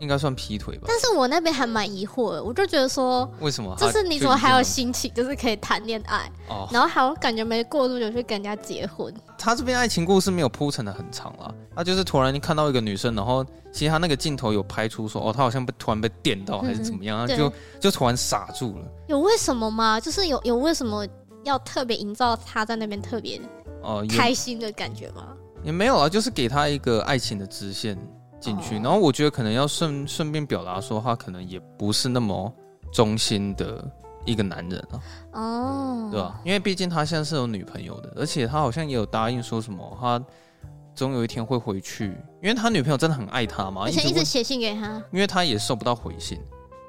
Speaker 2: 应该算劈腿吧？
Speaker 1: 但是我那边还蛮疑惑的，我就觉得说，
Speaker 2: 为什么
Speaker 1: 就
Speaker 2: 他哦啊已经
Speaker 1: 是
Speaker 2: 有？
Speaker 1: 你怎么还有心情，就是可以谈恋爱，
Speaker 2: 哦？
Speaker 1: 然后好像感觉没过多久就跟人家结婚，
Speaker 2: 他这边爱情故事没有铺陈的很长啦，他就是突然看到一个女生，然后其实他那个镜头有拍出说，哦，他好像被突然被电到还是怎么样，
Speaker 1: 嗯对
Speaker 2: 就就突然傻住了。
Speaker 1: 有为什么吗？就是有有为什么要特别营造他在那边特别
Speaker 2: 哦、也
Speaker 1: 开心的感觉吗？
Speaker 2: 也没有啊，就是给他一个爱情的支线进去，
Speaker 1: 哦
Speaker 2: 然后我觉得可能要顺顺便表达说，他可能也不是那么忠心的一个男人啊，
Speaker 1: 哦，
Speaker 2: 对吧、啊因为毕竟他现在是有女朋友的，而且他好像也有答应说什么，他总有一天会回去，因为他女朋友真的很爱他嘛，
Speaker 1: 而且一
Speaker 2: 啊问
Speaker 1: 直写信给他，
Speaker 2: 因为他也收不到回信。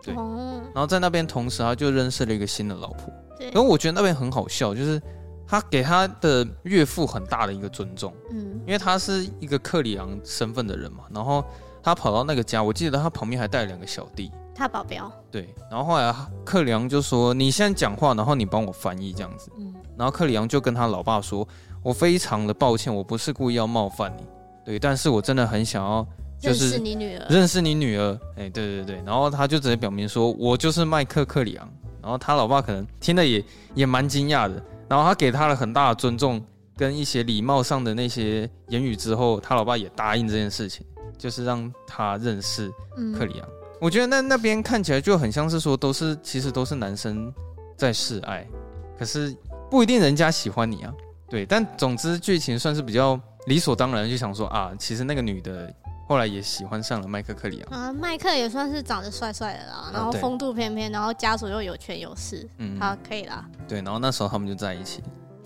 Speaker 2: 对
Speaker 1: 哦，
Speaker 2: 然后在那边同时他就认识了一个新的老婆。
Speaker 1: 对
Speaker 2: 然，后我觉得那边很好笑，就是他给他的岳父很大的一个尊重，
Speaker 1: 嗯，
Speaker 2: 因为他是一个克里昂身份的人嘛。然后他跑到那个家，我记得他旁边还带了两个小弟。
Speaker 1: 他保镖，
Speaker 2: 对，然后后来克里昂就说：“你现在讲话，然后你帮我翻译这样子。
Speaker 1: 嗯，”
Speaker 2: 然后克里昂就跟他老爸说：“我非常的抱歉，我不是故意要冒犯你，对，但是我真的很想要就
Speaker 1: 认
Speaker 2: 是
Speaker 1: 识你女儿，
Speaker 2: 认识你女儿，哎、对对对，然后他就直接表明说，我就是麦克克里昂。然后他老爸可能听了也也蛮惊讶的，然后他给他了很大的尊重跟一些礼貌上的那些言语之后，他老爸也答应这件事情，就是让他认识克
Speaker 1: 嗯，
Speaker 2: 里昂。我觉得那那边看起来就很像是说都是其实都是男生在示爱，可是不一定人家喜欢你啊。对，但总之剧情算是比较理所当然，就想说啊，其实那个女的后来也喜欢上了麦克克里昂。
Speaker 1: 啊，麦克也算是长得帅帅的啦，然后
Speaker 2: 啊对
Speaker 1: 风度翩翩，然后家属又有权有势，
Speaker 2: 嗯，
Speaker 1: 好，可以啦。
Speaker 2: 对，然后那时候他们就在一起。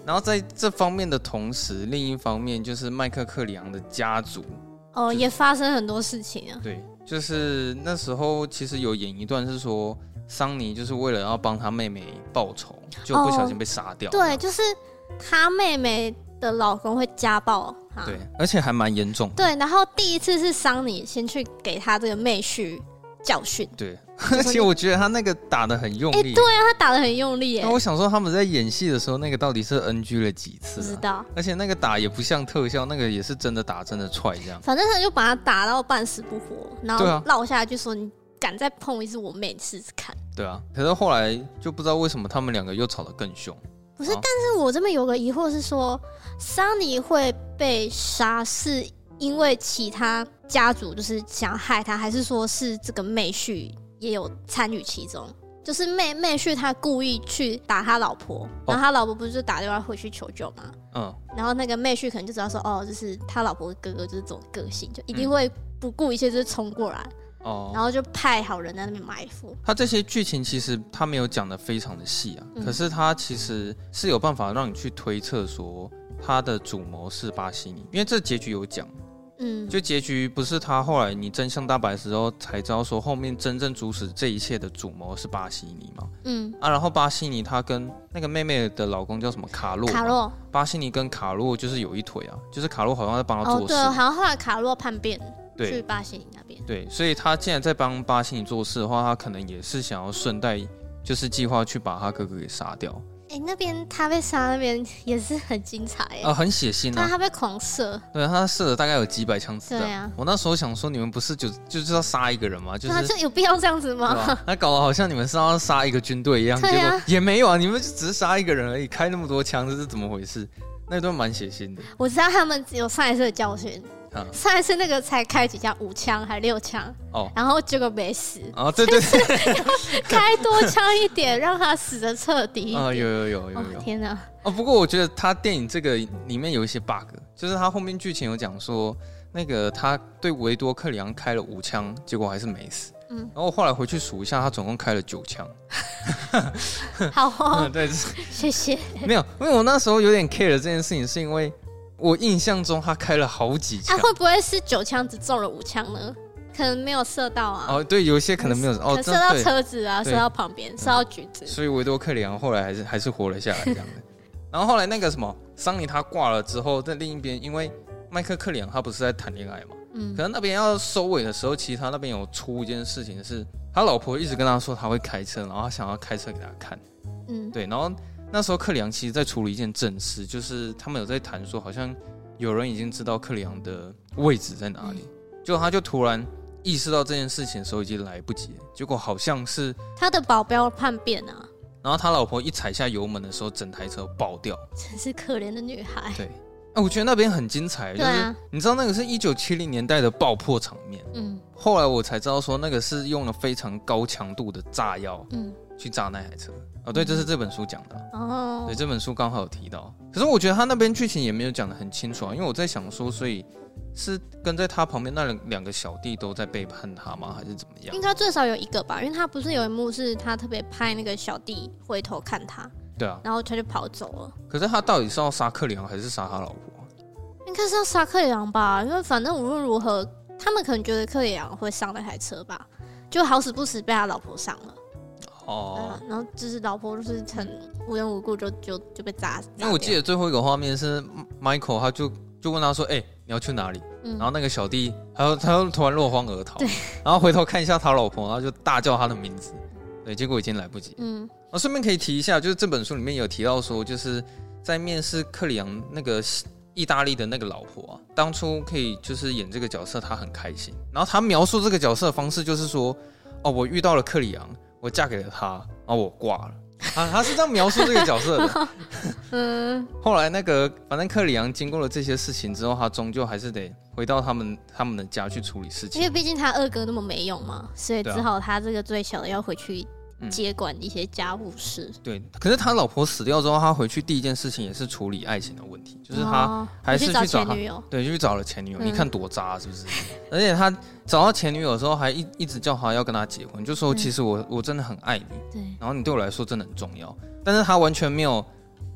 Speaker 2: 然后在这方面的同时，另一方面就是麦克克里昂的家族，
Speaker 1: 哦，
Speaker 2: 就是
Speaker 1: 也发生很多事情啊。
Speaker 2: 对，就是那时候其实有演一段是说，桑尼就是为了要帮他妹妹报仇，就不小心被杀掉了。
Speaker 1: 哦对，就是她妹妹的老公会家暴啊她。
Speaker 2: 对，而且还蛮严重的。
Speaker 1: 对然后第一次是桑尼先去给她这个妹婿教训，
Speaker 2: 对，
Speaker 1: 就
Speaker 2: 而
Speaker 1: 说
Speaker 2: 且我觉得他那个打的很用
Speaker 1: 哎、
Speaker 2: 力。哦
Speaker 1: 对啊，他打的很用力耶、
Speaker 2: 那我想说，他们在演戏的时候，那个到底是 NG 了几
Speaker 1: 不
Speaker 2: 次、
Speaker 1: 知
Speaker 2: 啊？
Speaker 1: 道，
Speaker 2: 而且那个打也不像特效，那个也是真的打，真的踹这样。
Speaker 1: 反正他就把他打到半死不活，然后
Speaker 2: 对啊
Speaker 1: 落下去说：“你敢再碰一次我妹，你试试看。”
Speaker 2: 对啊，可是后来就不知道为什么他们两个又吵得更凶。
Speaker 1: 不是，
Speaker 2: 啊
Speaker 1: 但是我这边有个疑惑是说，桑尼会被杀是因为其他家族就是想害他，还是说是这个妹婿也有参与其中？就是妹妹婿他故意去打他老婆，
Speaker 2: 哦
Speaker 1: 然后他老婆不是就打电话回去求救吗？
Speaker 2: 嗯，
Speaker 1: 然后那个妹婿可能就知道说，哦，就是他老婆的哥哥就是这种个性，就一定会不顾一切就是冲过来，然
Speaker 2: 嗯哦，
Speaker 1: 后就派好人在那边埋伏。
Speaker 2: 他这些剧情其实他没有讲的非常的细啊，
Speaker 1: 嗯
Speaker 2: 可是他其实是有办法让你去推测说他的主谋是巴西尼，因为这结局有讲。
Speaker 1: 嗯，
Speaker 2: 就结局不是他后来你真相大白的时候才知道说后面真正主使这一切的主谋是巴西尼嘛？
Speaker 1: 嗯，
Speaker 2: 啊，然后巴西尼他跟那个妹妹的老公叫什么卡洛？
Speaker 1: 卡。洛，
Speaker 2: 巴西尼跟卡洛就是有一腿啊，就是卡洛好像在帮他
Speaker 1: 哦，
Speaker 2: 做事。
Speaker 1: 对，好像后来卡洛叛变去
Speaker 2: 对
Speaker 1: 巴西里那边。
Speaker 2: 对所以他既然在帮巴西尼做事的话，他可能也是想要顺带就是计划去把他哥哥给杀掉
Speaker 1: 哎、那边他被杀那边也是很精彩哎、
Speaker 2: 啊、很血腥
Speaker 1: 但
Speaker 2: 啊！
Speaker 1: 他被狂射，
Speaker 2: 对，他射了大概有几百枪子
Speaker 1: 啊对
Speaker 2: 弹。
Speaker 1: 啊，
Speaker 2: 我那时候想说，你们不是就就是要杀一个人吗？就
Speaker 1: 那
Speaker 2: 是
Speaker 1: 就有必要这样子
Speaker 2: 对啊
Speaker 1: 吗？
Speaker 2: 吧？那搞得好像你们是要杀一个军队一样，
Speaker 1: 对
Speaker 2: 结
Speaker 1: 啊
Speaker 2: 果也没有啊，你们就只是杀一个人而已，开那么多枪，这是怎么回事？那段蛮血腥的
Speaker 1: 我知道他们有上一次的教训，
Speaker 2: 啊！
Speaker 1: 上一次那个才开几枪，五枪还六枪，
Speaker 2: 哦
Speaker 1: 然后结果没 死，
Speaker 2: 啊，对对对，
Speaker 1: 开多枪一点，让他死的彻底一点。
Speaker 2: 啊，有有有有
Speaker 1: 哦
Speaker 2: 有
Speaker 1: 天哪，
Speaker 2: 哦。不过我觉得他电影这个里面有一些 bug，就是他后面剧情有讲说，那个他对维多克里昂开了五枪，结果还是没死。
Speaker 1: 嗯
Speaker 2: 嗯，然后我后来回去数一下，他总共开了九枪。
Speaker 1: 好
Speaker 2: 嗯，
Speaker 1: 哦，
Speaker 2: 对，就是
Speaker 1: 谢谢。
Speaker 2: 没有，因为我那时候有点 care 这件事情，是因为我印象中他开了好几
Speaker 1: 啊，
Speaker 2: 枪。
Speaker 1: 会不会是九枪只中了五枪呢？可能没有射到啊，
Speaker 2: 哦，对，有一些可能没有
Speaker 1: 可
Speaker 2: 哦，
Speaker 1: 能射
Speaker 2: 真
Speaker 1: 到
Speaker 2: 对，
Speaker 1: 车子啊，射
Speaker 2: 对嗯
Speaker 1: 到旁边，射到橘子。
Speaker 2: 所以维多克里昂后来还是还是活了下来这样的。 然后后来那个什么桑尼他挂了之后，在另一边，因为麦克克里昂他不是在谈恋爱嘛，
Speaker 1: 嗯
Speaker 2: 可，能那边要收尾的时候，其实他那边有出一件事情是，他老婆一直跟他说他会开车，然后他想要开车给他看，
Speaker 1: 嗯，
Speaker 2: 对，然后那时候克里昂其实在处理一件正事，就是他们有在谈说好像有人已经知道克里昂的位置在哪里，
Speaker 1: 嗯
Speaker 2: 结果他就突然意识到这件事情的时候已经来不及了，结果好像是
Speaker 1: 他的保镖叛变啊，
Speaker 2: 然后他老婆一踩下油门的时候，整台车爆掉。
Speaker 1: 真是可怜的女孩。
Speaker 2: 对，哎、我觉得那边很精彩，就
Speaker 1: 对
Speaker 2: 是呃
Speaker 1: 啊，
Speaker 2: 你知道那个是一九七零年代的爆破场面。
Speaker 1: 嗯
Speaker 2: 后来我才知道说，那个是用了非常高强度的炸药
Speaker 1: 嗯，
Speaker 2: 去炸那台车。哦，对，这是这本书讲的啊。
Speaker 1: 哦
Speaker 2: 对，，这本书刚好有提到。可是我觉得他那边剧情也没有讲得很清楚啊，因为我在想说，所以是跟在他旁边那两两个小弟都在背叛他吗？还是怎么样
Speaker 1: 应？该最少有一个吧，因为他不是有一幕是他特别拍那个小弟回头看他，
Speaker 2: 对啊，
Speaker 1: 然后他就跑走了。
Speaker 2: 可是他到底是要杀克里昂还是杀他老婆啊？
Speaker 1: 应该是要杀克里昂吧，因为反正无论如何，他们可能觉得克里昂会上那台车吧，就好死不死被他老婆上了。
Speaker 2: 哦、
Speaker 1: 嗯，然后就是老婆就是很无缘无故就就就被砸。
Speaker 2: 因为我记
Speaker 1: 得，
Speaker 2: 得最后一个画面是 Michael，他就就问他说：“哎、你要去哪里？”
Speaker 1: 嗯
Speaker 2: 然后那个小弟，他又他又突然落荒而逃，然后回头看一下他老婆，然后就大叫他的名字，对，结果已经来不及。
Speaker 1: 嗯
Speaker 2: 啊，顺便可以提一下，就是这本书里面有提到说，就是在面试克里昂那个西意大利的那个老婆啊，当初可以就是演这个角色，她很开心。然后她描述这个角色的方式就是说，哦，我遇到了克里昂，我嫁给了他，然后我挂了。 啊，她是这样描述这个角色的。
Speaker 1: 嗯，
Speaker 2: 后来那个，反正克里昂经过了这些事情之后，他终究还是得回到他们他们的家去处理事
Speaker 1: 因
Speaker 2: 情
Speaker 1: 为。毕竟他二哥那么没用嘛，所以
Speaker 2: 对啊
Speaker 1: 只好他这个最小的要回去
Speaker 2: 嗯
Speaker 1: 接管一些家务事。
Speaker 2: 对，可是他老婆死掉之后，他回去第一件事情也是处理爱情的问题，就是他
Speaker 1: 哦
Speaker 2: 还是
Speaker 1: 你去找
Speaker 2: 去找
Speaker 1: 前
Speaker 2: 他
Speaker 1: 女友。
Speaker 2: 对就去找了前女友。
Speaker 1: 嗯
Speaker 2: 你看多渣啊是不是？而且他找到前女友的时候，还一一直叫他要跟他结婚，就说
Speaker 1: 嗯
Speaker 2: 其实我我真的很爱你，
Speaker 1: 对，
Speaker 2: 然后你对我来说真的很重要。但是他完全没有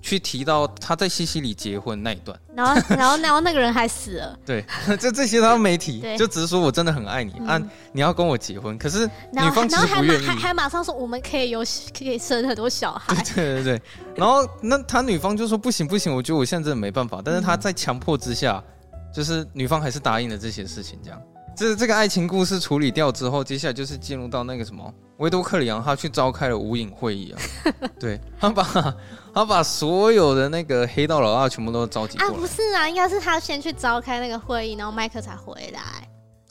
Speaker 2: 去提到他在西西里结婚那一段。
Speaker 1: 然后然后然后那个人还死了，
Speaker 2: 对，这这些他都没提，
Speaker 1: 对
Speaker 2: 就只是说我真的很爱你、啊
Speaker 1: 嗯，
Speaker 2: 你要跟我结婚，可是
Speaker 1: 然后
Speaker 2: 女方其
Speaker 1: 然后
Speaker 2: 实
Speaker 1: 还
Speaker 2: 不
Speaker 1: 马
Speaker 2: 愿
Speaker 1: 还
Speaker 2: 意。
Speaker 1: 还马上说我们可以有可以生很多小孩， 啊
Speaker 2: 对对对，然后那他女方就说不行不行，我觉得我现在真的没办法，但是他在强迫之下，就是女方还是答应了这些事情，这样。这这个爱情故事处理掉之后，接下来就是进入到那个什么维多克里昂，他去召开了无影会议啊， 对他把他把所有的那个黑道老大全部都召集过
Speaker 1: 啊，
Speaker 2: 来。
Speaker 1: 不是啊，应该是他先去召开那个会议，然后麦克才回来。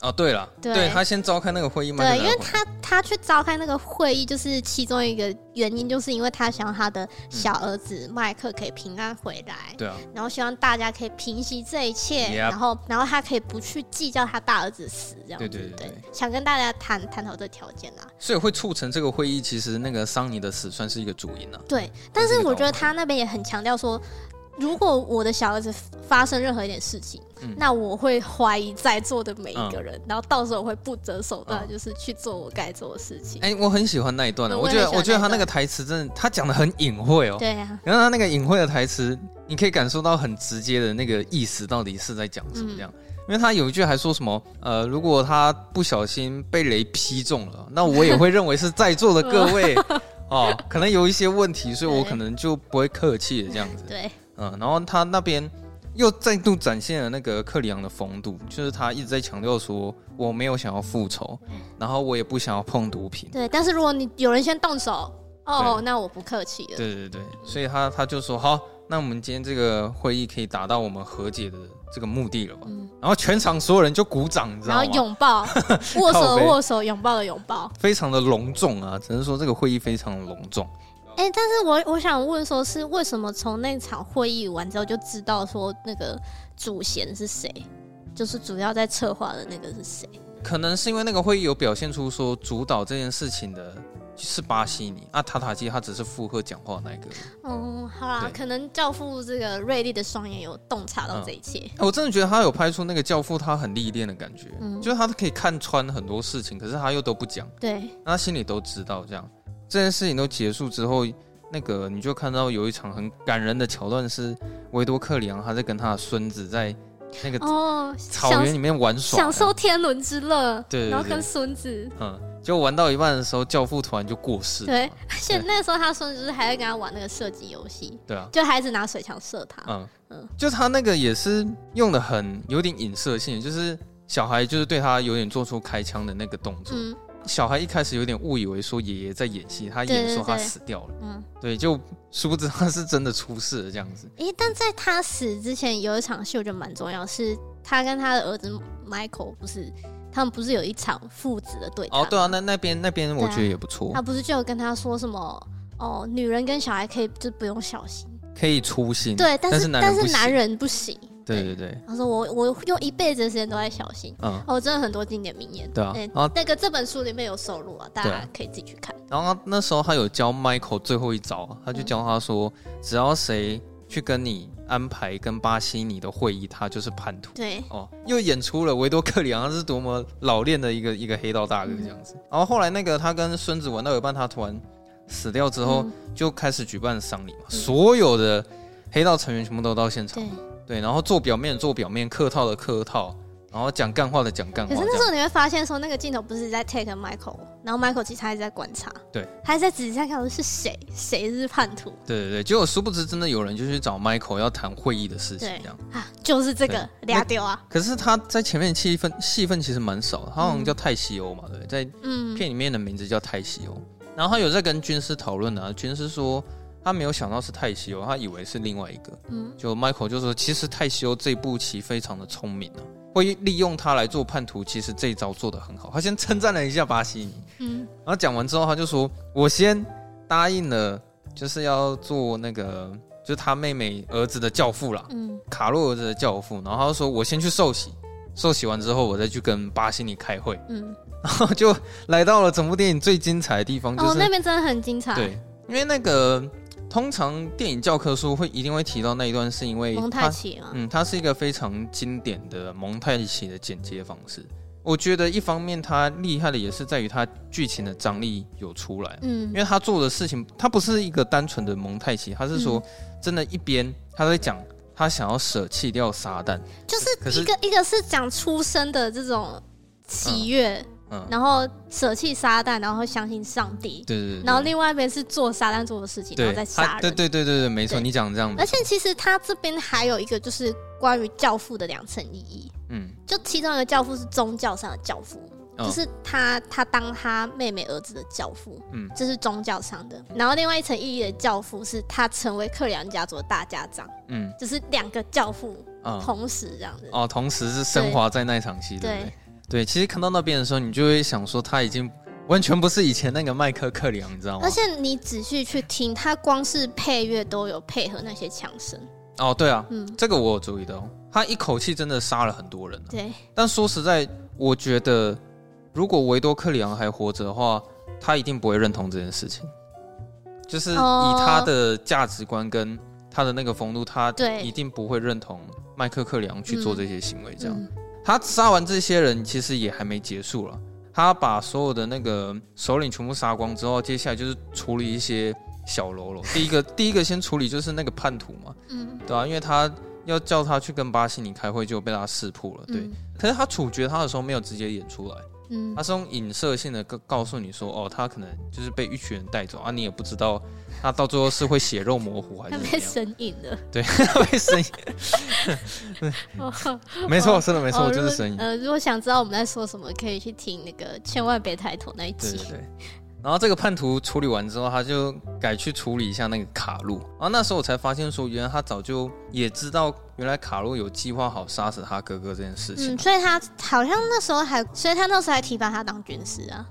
Speaker 2: 哦，对了，
Speaker 1: 对
Speaker 2: 他先召开那个会议嘛，
Speaker 1: 对，
Speaker 2: 就
Speaker 1: 因
Speaker 2: 来
Speaker 1: 为
Speaker 2: 回
Speaker 1: 他他去召开那个会议，就是其中一个原因，就是因为他想要他的小儿子麦克可以平安回来，
Speaker 2: 嗯对啊，
Speaker 1: 然后希望大家可以平息这一切
Speaker 2: Yep
Speaker 1: 然后然后他可以不去计较他大儿子死这样子，
Speaker 2: 对对对对
Speaker 1: 想跟大家谈探讨这条件啊。
Speaker 2: 所以会促成这个会议，其实那个桑尼的死算是一个主因啊。
Speaker 1: 对，但是
Speaker 2: 这个
Speaker 1: 我觉得
Speaker 2: 倒
Speaker 1: 他那边也很强调说，如果我的小儿子发生任何一点事情，
Speaker 2: 嗯
Speaker 1: 那我会怀疑在座的每一个
Speaker 2: 嗯
Speaker 1: 人，然后到时候我会不择手段，
Speaker 2: 嗯
Speaker 1: 就是去做我该做的事情。
Speaker 2: 哎、我很喜欢那一段啊，
Speaker 1: 嗯
Speaker 2: 我
Speaker 1: 我也
Speaker 2: 觉
Speaker 1: 很
Speaker 2: 得
Speaker 1: 喜欢
Speaker 2: 我觉得他
Speaker 1: 那
Speaker 2: 那
Speaker 1: 一段
Speaker 2: 个台词真的，他讲的很隐晦哦。
Speaker 1: 对啊，
Speaker 2: 然后他那个隐晦的台词，你可以感受到很直接的那个意思到底是在讲什
Speaker 1: 嗯
Speaker 2: 么这样。因为他有一句还说什么，呃，如果他不小心被雷劈中了，那我也会认为是在座的各 位哦，可能有一些问题，所以我
Speaker 1: 对
Speaker 2: 可能就不会客气的这样子。
Speaker 1: 对，
Speaker 2: 嗯，然后他那边又再度展现了那个克里昂的风度，就是他一直在强调说我没有想要复仇，
Speaker 1: 嗯
Speaker 2: 然后我也不想要碰毒品。
Speaker 1: 对，但是如果你有人先动手，哦
Speaker 2: 对，
Speaker 1: 那我不客气了。
Speaker 2: 对对对，所以他他就说好，那我们今天这个会议可以达到我们和解的这个目的了吧？
Speaker 1: 嗯
Speaker 2: 然后全场所有人就鼓掌，你知
Speaker 1: 然
Speaker 2: 道
Speaker 1: 后
Speaker 2: 吗？
Speaker 1: 拥 抱，握手的
Speaker 2: 靠背
Speaker 1: 握手，拥抱的拥抱。
Speaker 2: 非常的隆重啊，只能说这个会议非常隆重。
Speaker 1: 哎、但是我我想问，说是为什么从那场会议完之后就知道说那个主嫌是谁，就是主要在策划的那个是谁？
Speaker 2: 可能是因为那个会议有表现出说主导这件事情的是巴西尼，啊塔塔基他只是附和讲话那一个人。
Speaker 1: 嗯，好啦
Speaker 2: 对，
Speaker 1: 可能教父这个锐利的双眼有洞察到
Speaker 2: 嗯
Speaker 1: 这一切。
Speaker 2: 哎我真的觉得他有拍出那个教父他很历练的感觉，
Speaker 1: 嗯
Speaker 2: 就是他可以看穿很多事情，可是他又都不讲，
Speaker 1: 对，
Speaker 2: 那他心里都知道这样。这件事情都结束之后，那个你就看到有一场很感人的桥段是维多克里昂他在跟他的孙子在那个
Speaker 1: 哦，
Speaker 2: 草
Speaker 1: 享
Speaker 2: 原里面玩耍，
Speaker 1: 享受天伦之乐，
Speaker 2: 对对对
Speaker 1: 然后跟孙子。
Speaker 2: 嗯，就玩到一半的时候，教父突然就过世了，
Speaker 1: 对，而且那时候他孙子就是还在跟他玩那个射击游戏，
Speaker 2: 对啊，
Speaker 1: 就孩子拿水枪射他。
Speaker 2: 嗯
Speaker 1: 嗯，
Speaker 2: 就他那个也是用的很有点影射性，就是小孩就是对他有点做出开枪的那个动作，
Speaker 1: 嗯
Speaker 2: 小孩一开始有点误以为说爷爷在演戏，他演说他死掉了，
Speaker 1: 嗯，
Speaker 2: 对，就殊不知他是真的出事了这样子。
Speaker 1: 诶、但在他死之前有一场戏我觉得蛮重要，是他跟他的儿子 Michael 不是，他们不是有一场父子的对谈？
Speaker 2: 哦，对啊，啊那那边那边我觉得也不错，
Speaker 1: 他不是就有跟他说什么？哦，女人跟小孩可以就不用小心，
Speaker 2: 可以粗心，
Speaker 1: 对，但
Speaker 2: 但
Speaker 1: 是
Speaker 2: 男人不
Speaker 1: 是
Speaker 2: 行
Speaker 1: 男，人不行。
Speaker 2: 对对对，
Speaker 1: 他说我我用一辈子的时间都在小心。
Speaker 2: 嗯，
Speaker 1: 哦，真的很多经典名言。
Speaker 2: 对啊
Speaker 1: 诶，
Speaker 2: 然后
Speaker 1: 那个这本书里面有收录啊，大
Speaker 2: 对
Speaker 1: 家
Speaker 2: 啊
Speaker 1: 可以自己去看。
Speaker 2: 然后那时候他有教 Michael 最后一招，他就教他说，只要谁去跟你安排跟巴西尼的会议，他就是叛徒。
Speaker 1: 对，
Speaker 2: 哦，又演出了维多克里昂他是多么老练的一个一个黑道大哥这样子。然后后来那个他跟孙子玩到一半，他突然死掉之后，
Speaker 1: 嗯
Speaker 2: 就开始举办丧礼嘛，所有的黑道成员全部都到现场，
Speaker 1: 对。
Speaker 2: 对，然后做表面的做表面，客套的客套，然后讲干话的讲干
Speaker 1: 可
Speaker 2: 话，
Speaker 1: 是那
Speaker 2: 这
Speaker 1: 时
Speaker 2: 样
Speaker 1: 候你会发现，说那个镜头不是在 take Michael，然后 Michael 其实他一直在观察，
Speaker 2: 对，
Speaker 1: 他一直在仔细在看说是谁，谁是叛徒，
Speaker 2: 对对对，结果殊不知真的有人就去找 Michael 要谈会议的事情
Speaker 1: 对
Speaker 2: 这样。
Speaker 1: 啊，就是这个
Speaker 2: 对
Speaker 1: 俩丢啊，
Speaker 2: 可是他在前面戏份戏份其实蛮少的，他好像叫泰西欧嘛，对不对，在
Speaker 1: 嗯，
Speaker 2: 片里面的名字叫泰西欧。然后他有在跟军师讨论啊，军师说他没有想到是泰西欧，他以为是另外一个。
Speaker 1: 嗯
Speaker 2: 就 Michael 就说，其实泰西欧这步棋非常的聪明啊，会利用他来做叛徒，其实这一招做得很好。他先称赞了一下巴西尼，
Speaker 1: 嗯，
Speaker 2: 然后讲完之后他就说，我先答应了，就是要做那个，就是他妹妹儿子的教父啦，
Speaker 1: 嗯，
Speaker 2: 卡洛儿子的教父。然后他就说我先去受洗，受洗完之后我再去跟巴西尼开会。
Speaker 1: 嗯，
Speaker 2: 然后就来到了整部电影最精彩的地方，就
Speaker 1: 哦，
Speaker 2: 是、
Speaker 1: 那边真的很精彩，
Speaker 2: 对，因为那个通常电影教科书会一定会提到那一段，是因为
Speaker 1: 蒙太
Speaker 2: 它
Speaker 1: 奇嘛，
Speaker 2: 嗯，它是一个非常经典的蒙太奇的剪接方式。我觉得一方面它厉害的也是在于它剧情的张力有出来，
Speaker 1: 嗯
Speaker 2: 因，为他做的事情，他不是一个单纯的蒙太奇，他是说
Speaker 1: 嗯
Speaker 2: 真的，一边他在讲他想要舍弃掉撒旦，
Speaker 1: 就
Speaker 2: 可
Speaker 1: 是
Speaker 2: 是
Speaker 1: 一个一个是讲出生的这种喜悦，
Speaker 2: 嗯，
Speaker 1: 然后舍弃撒旦，然后相信上帝。
Speaker 2: 对对对，
Speaker 1: 然后另外一边是做撒旦做的事情，然
Speaker 2: 嗯对
Speaker 1: 后再
Speaker 2: 他
Speaker 1: 杀
Speaker 2: 对
Speaker 1: 人。
Speaker 2: 对对对对，没错，
Speaker 1: 对
Speaker 2: 你讲得这样子
Speaker 1: 而，且其实他这边还有一个就是关于教父的两层意义，
Speaker 2: 嗯，
Speaker 1: 就其中一个教父是宗教上的教父，
Speaker 2: 嗯
Speaker 1: 就是他他当他妹妹儿子的教父，
Speaker 2: 嗯
Speaker 1: 这是宗教上的。然后另外一层意义的教父是他成为克里昂家族的大家长，
Speaker 2: 嗯
Speaker 1: 就是两个教父
Speaker 2: 啊
Speaker 1: 同时这样子。
Speaker 2: 哦，同时是升华在那一场戏，对不
Speaker 1: 对
Speaker 2: 对？对，其实看到那边的时候，你就会想说他已经完全不是以前那个麦克克里昂，你知道吗
Speaker 1: 而？且你仔细去听，他光是配乐都有配合那些枪声，
Speaker 2: 哦，对啊，
Speaker 1: 嗯，
Speaker 2: 这个我有注意到，他一口气真的杀了很多人、啊。
Speaker 1: 对，
Speaker 2: 但说实在，我觉得如果维多克里昂还活着的话，他一定不会认同这件事情。就是以
Speaker 1: 哦
Speaker 2: 他的价值观跟他的那个风度，他
Speaker 1: 对
Speaker 2: 一定不会认同麦克克里昂去做这些行为。这样，
Speaker 1: 嗯
Speaker 2: 他杀完这些人，其实也还没结束了。他把所有的那个首领全部杀光之后，接下来就是处理一些小喽啰。第一个，第一个先处理就是那个叛徒嘛，
Speaker 1: 嗯，
Speaker 2: 对啊，因为他要叫他去跟巴西尼开会，结果被他识破了。对，
Speaker 1: 嗯，
Speaker 2: 可是他处决他的时候没有直接演出来，
Speaker 1: 嗯
Speaker 2: 他是用影射性的告告诉你说，哦，他可能就是被一群人带走啊，你也不知道他到最后是会血肉模糊还
Speaker 1: 他
Speaker 2: 是
Speaker 1: 被
Speaker 2: 怎么样。
Speaker 1: 神隐了。
Speaker 2: 对，他被神隐，
Speaker 1: 哦
Speaker 2: 没错，真的嗯 没
Speaker 1: 哦
Speaker 2: 错，
Speaker 1: 如
Speaker 2: 就是
Speaker 1: 果
Speaker 2: 神隐。
Speaker 1: 呃，如果想知道我们在说什么，可以去听那个《千万别抬头》那一
Speaker 2: 对
Speaker 1: 集
Speaker 2: 对。对。然后这个叛徒处理完之后，他就改去处理一下那个卡路。然后那时候我才发现说，原来他早就也知道，原来卡路有计划好杀死他哥哥这件事情
Speaker 1: 嗯，。所以他好像那时候还，所以他那时候还提拔他当军师啊，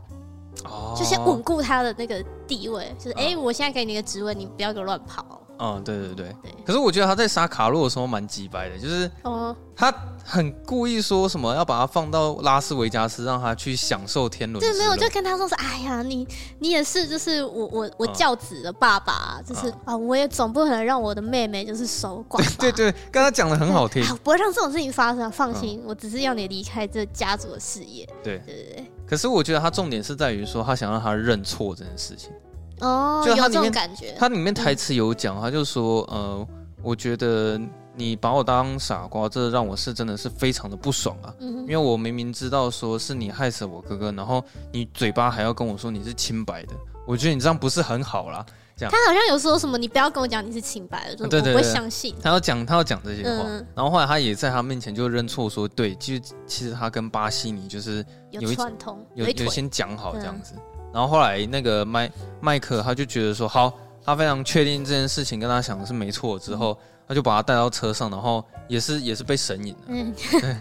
Speaker 2: 哦，
Speaker 1: 就先稳固他的那个地位，就是
Speaker 2: 啊
Speaker 1: 哎、我现在给你一个职位，你不要给我乱跑。
Speaker 2: 嗯，对对对。
Speaker 1: 对
Speaker 2: 可是我觉得他在杀卡路的时候蛮鸡掰的，就是
Speaker 1: 哦，
Speaker 2: 他很故意说什么要把他放到拉斯维加斯，让他去享受天伦之
Speaker 1: 对，没
Speaker 2: 乐。
Speaker 1: 有，就跟他说是，哎呀，你你也是，就是我我我
Speaker 2: 啊
Speaker 1: 教子的爸爸啊，就是
Speaker 2: 啊
Speaker 1: 啊，我也总不可能让我的妹妹就是守寡吧。
Speaker 2: 对对，刚才讲的很好听嗯
Speaker 1: 啊，。我不会让这种事情发生啊，放心，我只是要你离开这家族的视野。
Speaker 2: 对
Speaker 1: 对对对，
Speaker 2: 可是我觉得他重点是在于说，他想让他认错这件事情。
Speaker 1: 哦，
Speaker 2: 就
Speaker 1: 有
Speaker 2: 他
Speaker 1: 这
Speaker 2: 里
Speaker 1: 种
Speaker 2: 面
Speaker 1: 感觉。
Speaker 2: 他里面台词有讲，他就说，呃，我觉得你把我当傻瓜，这让我是真的是非常的不爽啊。
Speaker 1: 嗯
Speaker 2: 因为我明明知道说是你害死我哥哥，然后你嘴巴还要跟我说你是清白的，我觉得你这样不是很好啦。
Speaker 1: 他好像有说什么，你不要跟我讲你是清白的，就是
Speaker 2: 啊对
Speaker 1: 我
Speaker 2: 对
Speaker 1: 不会
Speaker 2: 对
Speaker 1: 相信。
Speaker 2: 他要讲，他要讲这些话，
Speaker 1: 嗯
Speaker 2: 然后后来他也在他面前就认错说，对，其实其实他跟巴西尼就是有
Speaker 1: 有
Speaker 2: 一
Speaker 1: 串通，
Speaker 2: 有
Speaker 1: 一
Speaker 2: 有
Speaker 1: 腿，嗯
Speaker 2: 先讲好这样子，然后后来那个麦麦克他就觉得说，好，他非常确定这件事情跟他想的是没错之后，
Speaker 1: 嗯
Speaker 2: 他就把他带到车上，然后也是也是被神隐了，
Speaker 1: 嗯，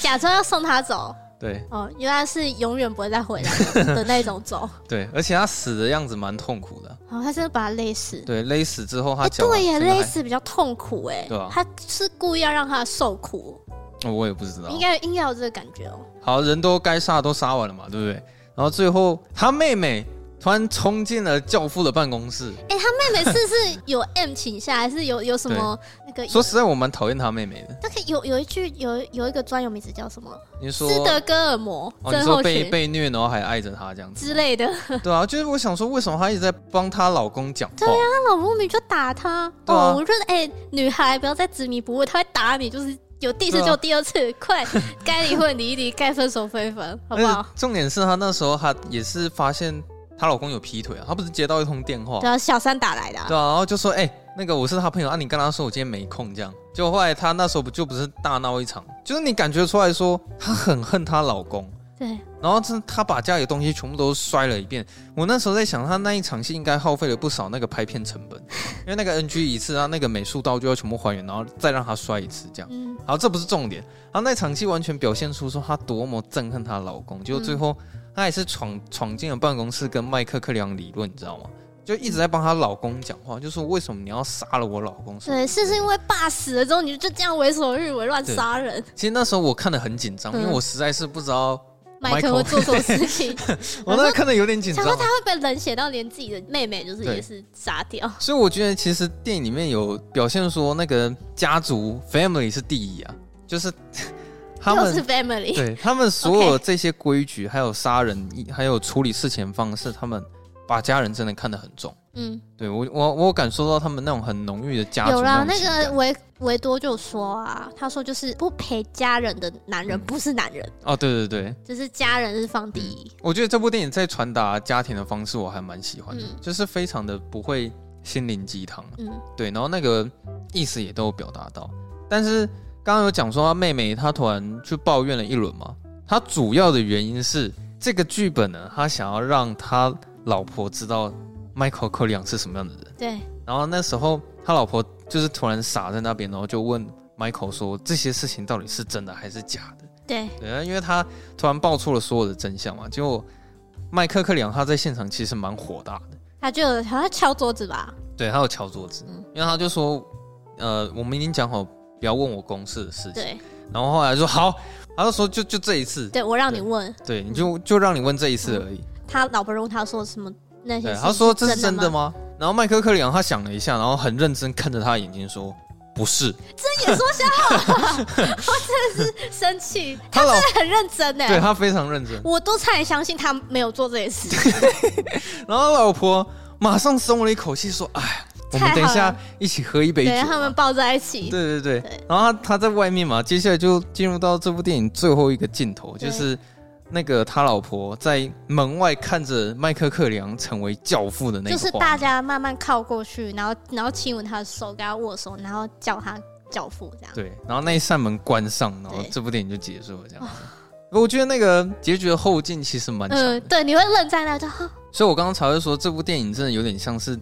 Speaker 1: 假装要送他走，
Speaker 2: 对
Speaker 1: 哦，原来是永远不会再回来的那种 走，
Speaker 2: 对，而且他死的样子蛮痛苦的，
Speaker 1: 哦，他真的把他勒死。
Speaker 2: 对，勒死之后他
Speaker 1: 哎，
Speaker 2: 脚、啊
Speaker 1: 对耶，勒
Speaker 2: 死、
Speaker 1: 死比较痛苦哎
Speaker 2: 对啊，
Speaker 1: 他是故意要让他受苦，
Speaker 2: 哦我也不知道
Speaker 1: 应，该应该有这个感觉哦。
Speaker 2: 好，人都该杀的都杀完了嘛，对不对？然后最后他妹妹突然冲进了教父的办公室。
Speaker 1: 哎，他妹妹是是有 M 倾向，还是有呃有什么那个？
Speaker 2: 说实在，我蛮讨厌他妹妹的。
Speaker 1: 那个有有一句有有一个专有名词叫什么？
Speaker 2: 你说，
Speaker 1: 斯德哥尔摩
Speaker 2: 哦，你
Speaker 1: 症
Speaker 2: 说
Speaker 1: 候
Speaker 2: 被
Speaker 1: 群
Speaker 2: 被虐，然后还爱着他这样子，
Speaker 1: 之类 的。
Speaker 2: 对啊，就是我想说，为什么她一直在帮她老公讲话？
Speaker 1: 她老公明明就打她。
Speaker 2: 对啊
Speaker 1: 哦，我觉得哎、女孩不要再执迷不悟，她会打你，就是有第一次
Speaker 2: 对啊
Speaker 1: 就有第二 次，快该离婚离一离，该分手分一分，好不
Speaker 2: 而
Speaker 1: 好
Speaker 2: 且？重点是她那时候她也是发现她老公有劈腿啊，她不是接到一通电话，
Speaker 1: 对啊，小三打来的、啊，
Speaker 2: 对啊，然后就说哎、那个我是她朋友啊，你跟她说我今天没空这样。结果后来她那时候不就不是大闹一场，就是你感觉出来说她很恨她老公，
Speaker 1: 对，
Speaker 2: 然后这她把家里的东西全部都摔了一遍。我那时候在想，她那一场戏应该耗费了不少那个拍片成 本，因为那个 NG 一次啊，那个美术刀就要全部还原，然后再让她摔一次这样。
Speaker 1: 嗯，
Speaker 2: 好，这不是重点。她那场戏完全表现出说她多么憎恨她老公，结果最后
Speaker 1: 嗯
Speaker 2: 她也是闯闯进了办公室跟麦克克里昂理论，你知道吗？就一直在帮她老公讲话，就说为什么你要杀了我老公？
Speaker 1: 对，是不是因为爸死了之后，你就这样为所欲为，乱
Speaker 2: 对
Speaker 1: 杀人，
Speaker 2: 其实那时候我看的很紧张，因
Speaker 1: 嗯
Speaker 2: 为我实在是不知道，
Speaker 1: 麦克会
Speaker 2: Michael
Speaker 1: 做什么事情？
Speaker 2: 我那时候看的有点紧
Speaker 1: 想
Speaker 2: 张啊
Speaker 1: 说。他会被冷血到连自己的妹妹就是
Speaker 2: 对
Speaker 1: 也是杀掉，
Speaker 2: 所以我觉得其实电影里面有表现说那个家族 family 是第一啊，就是 他
Speaker 1: 又
Speaker 2: 们
Speaker 1: 是 family，
Speaker 2: 对他们所有这些规矩，还有杀人，还有处理事情方式，他们把家人真的看得很重。
Speaker 1: 嗯，
Speaker 2: 对我我我有感受到他们那种很浓郁的家族
Speaker 1: 有啦，
Speaker 2: 种
Speaker 1: 那
Speaker 2: 情
Speaker 1: 个
Speaker 2: 感
Speaker 1: 维维多就说啊，他说就是不陪家人的男人
Speaker 2: 嗯
Speaker 1: 不是男人，
Speaker 2: 哦，对对对，
Speaker 1: 就是家人是放第一。
Speaker 2: 我觉得这部电影在传达家庭的方式我还蛮喜欢的，
Speaker 1: 嗯
Speaker 2: 就是非常的不会心灵鸡汤，啊
Speaker 1: 嗯
Speaker 2: 对，然后那个意思也都有表达到。但是刚刚有讲说他妹妹她突然去抱怨了一轮嘛，她主要的原因是这个剧本呢，他想要让他老婆知道 Michael 克里昂是什么样的人。
Speaker 1: 对，
Speaker 2: 然后那时候他老婆就是突然傻在那边，然后就问 Michael 说这些事情到底是真的还是假的？
Speaker 1: 对，
Speaker 2: 对，啊因为他突然爆出了所有的真相嘛，结果麦克克里昂他在现场其实蛮火大的，
Speaker 1: 他就好像敲桌子吧，
Speaker 2: 对，他有敲桌子，
Speaker 1: 嗯
Speaker 2: 因为他就说，呃，我们已经讲好不要问我公司的事情，
Speaker 1: 对
Speaker 2: 然后后来说好，他就说就就这一次，
Speaker 1: 对，我让你问
Speaker 2: 对，你就就让你问这一次而已，
Speaker 1: 他老婆，问他说什么那些
Speaker 2: 对，
Speaker 1: 事
Speaker 2: 他说这
Speaker 1: 嗯是
Speaker 2: 是真的
Speaker 1: 吗？
Speaker 2: 吗？然后麦克克里昂他想了一下，然后很认真看着他的眼睛说，不是，
Speaker 1: 睁眼说瞎 话， 我真的是生气，
Speaker 2: 他老
Speaker 1: 很认真
Speaker 2: 对
Speaker 1: 呢。
Speaker 2: 他非常认真，
Speaker 1: 我都差点相信他没有做这件事，
Speaker 2: 然后老婆马上松了一口气说，哎，我们
Speaker 1: 太
Speaker 2: 等一
Speaker 1: 好
Speaker 2: 下
Speaker 1: 了
Speaker 2: 一起喝一杯酒啊
Speaker 1: 对
Speaker 2: 吧，
Speaker 1: 他们抱在一起，
Speaker 2: 对对对
Speaker 1: 对，
Speaker 2: 然后他他在外面嘛，接下来就进入到这部电影最后一个镜头，
Speaker 1: 对
Speaker 2: 就是那个他老婆在门外看着麦克克良成为教父的那
Speaker 1: 就
Speaker 2: 个
Speaker 1: 是
Speaker 2: 画
Speaker 1: 大
Speaker 2: 面。
Speaker 1: 家慢慢靠过去，然后然后亲吻他的手，跟他握手，然后叫他教父这样。
Speaker 2: 对，然后那一扇门关上，然后
Speaker 1: 对哦
Speaker 2: 这部电影就结束了，这样子。 我觉得那个结局的后劲其实蛮强的，
Speaker 1: 嗯，对，你会愣在那就哈，
Speaker 2: 所以我刚刚才会说这部电影真的有点像是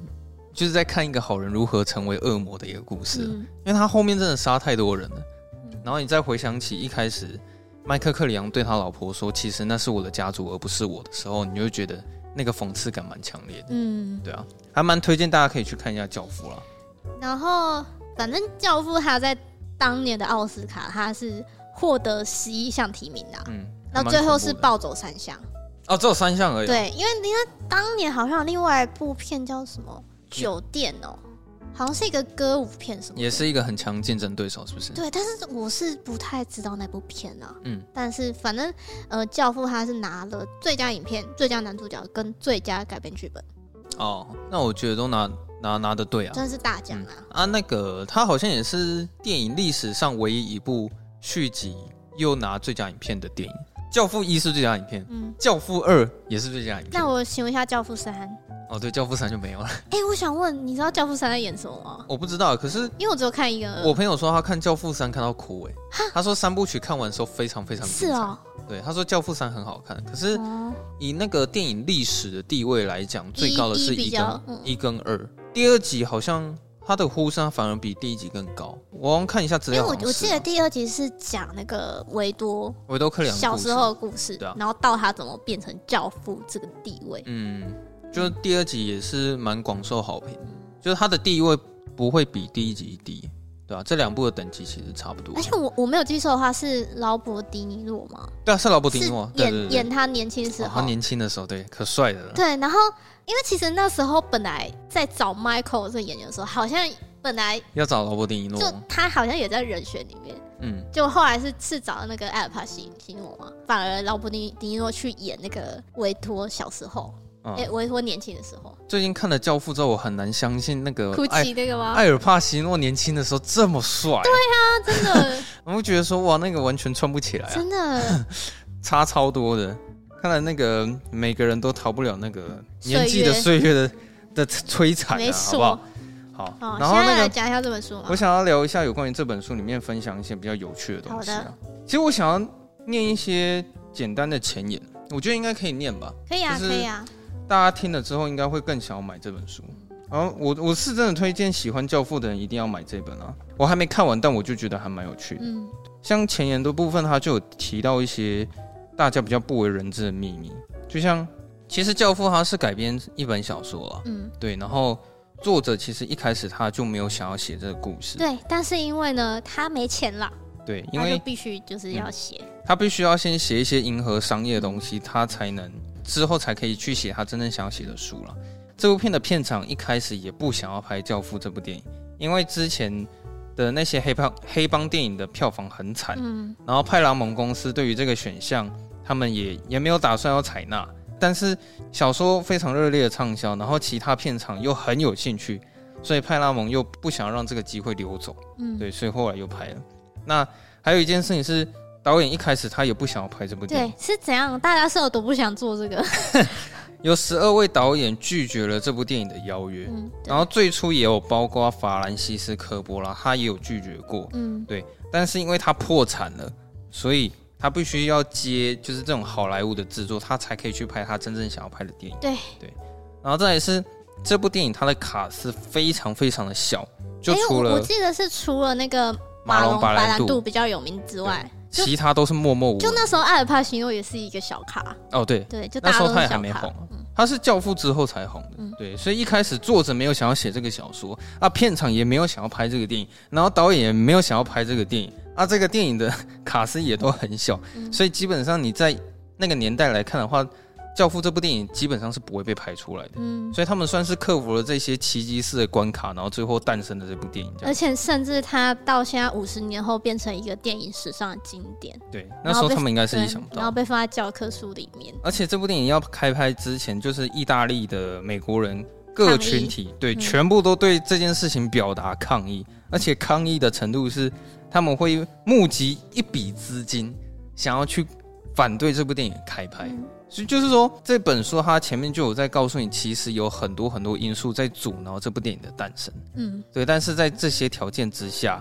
Speaker 2: 就是在看一个好人如何成为恶魔的一个故事。
Speaker 1: 嗯，
Speaker 2: 因为他后面真的杀太多人了
Speaker 1: 嗯。
Speaker 2: 然后你再回想起一开始麦克克里昂对他老婆说：“其实那是我的家族，而不是我的时候”，你就会觉得那个讽刺感蛮强烈的。
Speaker 1: 嗯，
Speaker 2: 对啊，还蛮推荐大家可以去看一下《教父》啦。
Speaker 1: 然后反正教父他在当年的奥斯卡他是获得十一项提名的啊、
Speaker 2: 嗯，
Speaker 1: 那
Speaker 2: 还蛮
Speaker 1: 最后
Speaker 2: 恐
Speaker 1: 是
Speaker 2: 怖的
Speaker 1: 暴走三项。
Speaker 2: 哦，只有三项而已。
Speaker 1: 对，因为你看当年好像有另外一部片叫什么《酒店》哦，好像是一个歌舞片什么的，
Speaker 2: 也是一个很强竞争对手，是不是？
Speaker 1: 对，但是我是不太知道那部片啊。
Speaker 2: 嗯，
Speaker 1: 但是反正呃，《教父》他是拿了最佳影片、最佳男主角跟最佳改编剧本，
Speaker 2: 哦，那我觉得都拿拿拿的对啊。
Speaker 1: 真是大奖
Speaker 2: 嗯
Speaker 1: 啊！
Speaker 2: 啊，那个他好像也是电影历史上唯一一部续集又拿最佳影片的电影，《教父一》是最佳影片，
Speaker 1: 嗯，
Speaker 2: 《教父二》也是最佳影片。
Speaker 1: 那我请问一下，《教父三》
Speaker 2: 哦，对，《教父三》就没 有了，
Speaker 1: 哎、我想问，你知道《教父三》在演什么吗？
Speaker 2: 我不知道。可是
Speaker 1: 因为我只有看一个，
Speaker 2: 我朋友说他看《教父三》看到哭哎，他说三部曲看完的时候非常非常
Speaker 1: 是
Speaker 2: 精彩。
Speaker 1: 哦，
Speaker 2: 对，他说《教父三》很好看，可是
Speaker 1: 哦，
Speaker 2: 以那个电影历史的地位来讲，最高的是
Speaker 1: 比
Speaker 2: 一
Speaker 1: 较
Speaker 2: 跟
Speaker 1: 嗯
Speaker 2: 一跟二，第二集好像它的呼声反而比第一集更高。我好像看一下资
Speaker 1: 因为
Speaker 2: 料，
Speaker 1: 哎我
Speaker 2: 好像
Speaker 1: 我
Speaker 2: 是
Speaker 1: 记得
Speaker 2: 啊
Speaker 1: 第二集是讲那个维多
Speaker 2: 维多克里昂
Speaker 1: 小
Speaker 2: 故事
Speaker 1: 时候的故事，
Speaker 2: 对啊
Speaker 1: 然后到他怎么变成教父这个地位，
Speaker 2: 嗯，就是第二集也是蛮广受好评的，就是它的地位不会比第一集低，对吧、这两部的等级其实差不多
Speaker 1: 而。且我我没有记错的话是劳勃迪尼洛吗？
Speaker 2: 对啊，是劳勃迪
Speaker 1: 是
Speaker 2: 诺，对对对
Speaker 1: 演演他年轻时
Speaker 2: 哦
Speaker 1: 候
Speaker 2: 他，年轻的时候，对，可帅了。
Speaker 1: 对，然后因为其实那时候本来在找 Michael 这个演员的时候，好像本来
Speaker 2: 要找劳勃迪尼
Speaker 1: 就
Speaker 2: 诺，
Speaker 1: 他好像也在人选里面，
Speaker 2: 嗯，
Speaker 1: 就后来是是找那个艾尔帕西西诺嘛，反而劳勃迪迪尼诺去演那个维托小时候，
Speaker 2: 嗯
Speaker 1: 哎、维托年轻的时候，
Speaker 2: 最近看了《教父》之后，我很难相信那个
Speaker 1: 哭
Speaker 2: 艾
Speaker 1: 泣啊那个吗？
Speaker 2: 艾尔帕西诺年轻的时候这么帅，
Speaker 1: 他
Speaker 2: 对，
Speaker 1: 真的
Speaker 2: 我会觉得说哇，那个完全穿不起来啊，
Speaker 1: 真的
Speaker 2: 差超多的。看来那个每个人都逃不了那个年纪的
Speaker 1: 岁
Speaker 2: 岁月的的摧残、
Speaker 1: 没
Speaker 2: 啊，好
Speaker 1: 错。
Speaker 2: 不好？
Speaker 1: 好
Speaker 2: 好，，然
Speaker 1: 哦现
Speaker 2: 后
Speaker 1: 在
Speaker 2: 那
Speaker 1: 来
Speaker 2: 个
Speaker 1: 讲一下这本书嘛
Speaker 2: 我。想要聊一下有关于这本书里面分享一些比较有趣的东西、
Speaker 1: 好
Speaker 2: 啊。其实我想要念一些简单的前言，我觉得应该可以念吧。
Speaker 1: 可以啊，
Speaker 2: 就是
Speaker 1: 可以啊，
Speaker 2: 大家听了之后应该会更想要买这本书。然后我我是真的推荐喜欢《教父》的人一定要买这本啊！我还没看完，但我就觉得还蛮有趣的。
Speaker 1: 嗯，
Speaker 2: 像前言的部分，他就有提到一些大家比较不为人知的秘密，就像其实《教父》它是改编一本小说了，
Speaker 1: 嗯，
Speaker 2: 对。然后作者其实一开始他就没有想要写这个故事，
Speaker 1: 对，但是因为呢，他没钱了，
Speaker 2: 对，因
Speaker 1: 他就
Speaker 2: 为嗯
Speaker 1: 必须就是要写，
Speaker 2: 他必须要先写一些迎合商业的东西，他才能之后才可以去写他真正想要写的书了。这部片的片场一开始也不想要拍《教父》这部电影，因为之前的那些黑帮黑帮电影的票房很惨，
Speaker 1: 嗯，
Speaker 2: 然后派拉蒙公司对于这个选项，他们也也没有打算要采纳，但是小说非常热烈的畅销，然后其他片场又很有兴趣，所以派拉蒙又不想让这个机会溜走，
Speaker 1: 嗯，
Speaker 2: 对，所以后来又拍了。那还有一件事情是，导演一开始他也不想要拍这部电
Speaker 1: 对
Speaker 2: 影，，
Speaker 1: 是怎样？大家是有多不想做这个？
Speaker 2: 有十二位导演拒绝了这部电影的邀约，
Speaker 1: 嗯，对
Speaker 2: 然后最初也有包括法兰西斯科波拉，他也有拒绝过，
Speaker 1: 嗯
Speaker 2: 但是因为他破产了，所以他必须要接就是这种好莱坞的制作，他才可以去拍他真正想要拍的电影。
Speaker 1: 对
Speaker 2: 对，然后再来是这部电影它的卡是非常非常的小，就
Speaker 1: 哎
Speaker 2: 除
Speaker 1: 我我
Speaker 2: 了
Speaker 1: 记得是除了那个
Speaker 2: 马龙
Speaker 1: 白
Speaker 2: 白兰
Speaker 1: 兰
Speaker 2: 度
Speaker 1: 度比较有名之外，就
Speaker 2: 其他都是默默无
Speaker 1: 就
Speaker 2: 闻。
Speaker 1: 那时候艾尔帕西诺也是一个小咖，
Speaker 2: 哦，对，
Speaker 1: 对，就大
Speaker 2: 那
Speaker 1: 家都
Speaker 2: 时候
Speaker 1: 是
Speaker 2: 他也
Speaker 1: 小
Speaker 2: 还没
Speaker 1: 咖嗯
Speaker 2: 红。啊，他是《教父》之后才红的，对，所以一开始作者没有想要写这个小说啊，片场也没有想要拍这个电影，然后导演也没有想要拍这个电影啊，这个电影的 卡斯也都很小，
Speaker 1: 嗯
Speaker 2: 所以基本上你在那个年代来看的话，《教父》这部电影基本上是不会被拍出来的，
Speaker 1: 嗯，
Speaker 2: 所以他们算是克服了这些奇迹式的关卡，然后最后诞生的这部电影，这
Speaker 1: 而
Speaker 2: 样
Speaker 1: 且甚至他到现在五十年后变成一个电影史上的经典，
Speaker 2: 对，那时候他们应该是意想不
Speaker 1: 呃然后
Speaker 2: 到。
Speaker 1: 被放在教科书里面。
Speaker 2: 而且这部电影要开拍之前，就是意大利的美国人各群体对、
Speaker 1: 嗯
Speaker 2: 全部都对这件事情表达抗议，而且抗议的程度是他们会募集一笔资金，想要去反对这部电影开拍。
Speaker 1: 嗯
Speaker 2: 所以就是说，这本书它前面就有在告诉你，其实有很多很多因素在阻挠这部电影的诞生。
Speaker 1: 嗯，
Speaker 2: 对，但是在这些条件之下，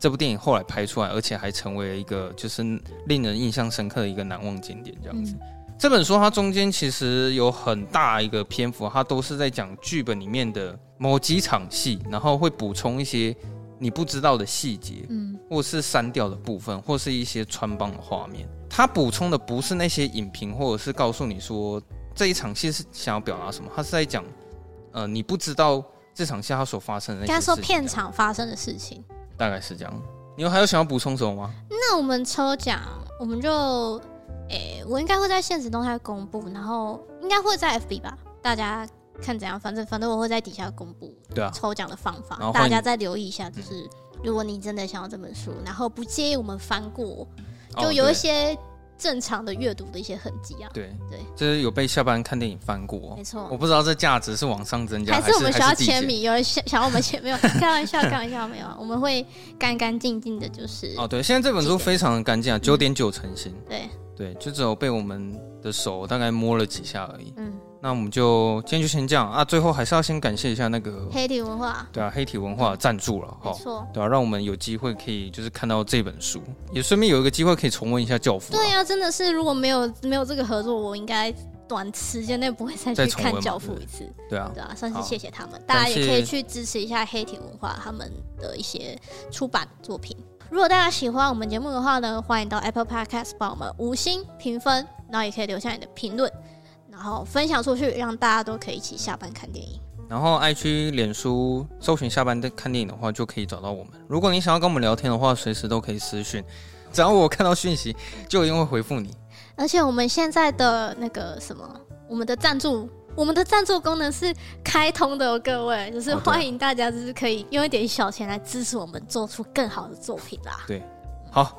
Speaker 2: 这部电影后来拍出来，而且还成为了一个就是令人印象深刻的一个难忘经典这样
Speaker 1: 嗯
Speaker 2: 子。这本书它中间其实有很大一个篇幅，它都是在讲剧本里面的某几场戏，然后会补充一些你不知道的细节，
Speaker 1: 嗯，
Speaker 2: 或是删掉的部分，或是一些穿帮的画面。它补充的不是那些影评，或者是告诉你说这一场戏是想要表达什么，它是在讲，呃，你不知道这场戏它所发生的
Speaker 1: 应
Speaker 2: 那些
Speaker 1: 该
Speaker 2: 事情
Speaker 1: 说。片场发生的事情。
Speaker 2: 大概是这样。你们还有想要补充什么吗？
Speaker 1: 那我们抽奖，我们就，诶、我应该会在现实动态公布，然后应该会在 FB 吧，大家看怎样，反正反正我会在底下公布
Speaker 2: 对啊，
Speaker 1: 抽奖的方
Speaker 2: 然后嗯
Speaker 1: 法，
Speaker 2: 欢
Speaker 1: 大
Speaker 2: 迎
Speaker 1: 家再留意一下。就是如果你真的想要这本书，然后不介意我们翻过，就有一
Speaker 2: 哦
Speaker 1: 些正常的阅读的一些痕迹啊。
Speaker 2: 对
Speaker 1: 对
Speaker 2: 就是有被下班看电影翻过
Speaker 1: 没，
Speaker 2: 哦我
Speaker 1: 错，
Speaker 2: 不知道这价值是往上增加
Speaker 1: 还是我们需要
Speaker 2: 还是递减
Speaker 1: 签名，有人想想要我们签没有？ 开玩笑，开玩笑，没有啊，我们会干干净净的，就是
Speaker 2: 哦。对，现在这本书非常的干净啊，九点九成新，
Speaker 1: 嗯对，
Speaker 2: 对，就只有被我们的手大概摸了几下而已。
Speaker 1: 嗯，
Speaker 2: 那我们就今天就先这样啊，最后还是要先感谢一下那个
Speaker 1: 黑体文化，
Speaker 2: 对啊黑体文化的赞助了
Speaker 1: 没
Speaker 2: 哈。
Speaker 1: 错。
Speaker 2: 对啊，让我们有机会可以就是看到这本书，也顺便有一个机会可以重温一下《教父》啊。
Speaker 1: 对呀、真的是如果没有没有这个合作，我应该短时间内不会再
Speaker 2: 再
Speaker 1: 去
Speaker 2: 重
Speaker 1: 看
Speaker 2: 温
Speaker 1: 《
Speaker 2: 嘛
Speaker 1: 教
Speaker 2: 对
Speaker 1: 父
Speaker 2: 不》对
Speaker 1: 一次，
Speaker 2: 对啊，
Speaker 1: 对啊？算是
Speaker 2: 好
Speaker 1: 谢谢他们，
Speaker 2: 感
Speaker 1: 大家也可以
Speaker 2: 谢
Speaker 1: 去支持一下黑体文化他们的一些出版作品。如果大家喜欢我们节目的话呢，欢迎到 Apple Podcast 帮我们五星评分，然后也可以留下你的评论，然后分享出去，让大家都可以一起下班看电影。
Speaker 2: 然后 IG、脸书搜寻下班的看电影的话，就可以找到我们。如果你想要跟我们聊天的话，随时都可以私讯，只要我看到讯息，就一定会回复你。
Speaker 1: 而且我们现在的那个什么，我们的赞助，我们的赞助功能是开通的、哦，各位，就是
Speaker 2: 哦对
Speaker 1: 欢迎大家就是可以用一点小钱来支持我们做出更好的作品啦。
Speaker 2: 好，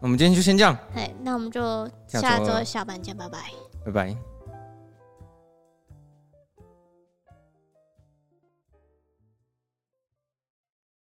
Speaker 2: 我们今天就先这样，
Speaker 1: 哎，那我们就
Speaker 2: 下
Speaker 1: 下
Speaker 2: 周
Speaker 1: 周下班见，拜拜。
Speaker 2: 拜拜。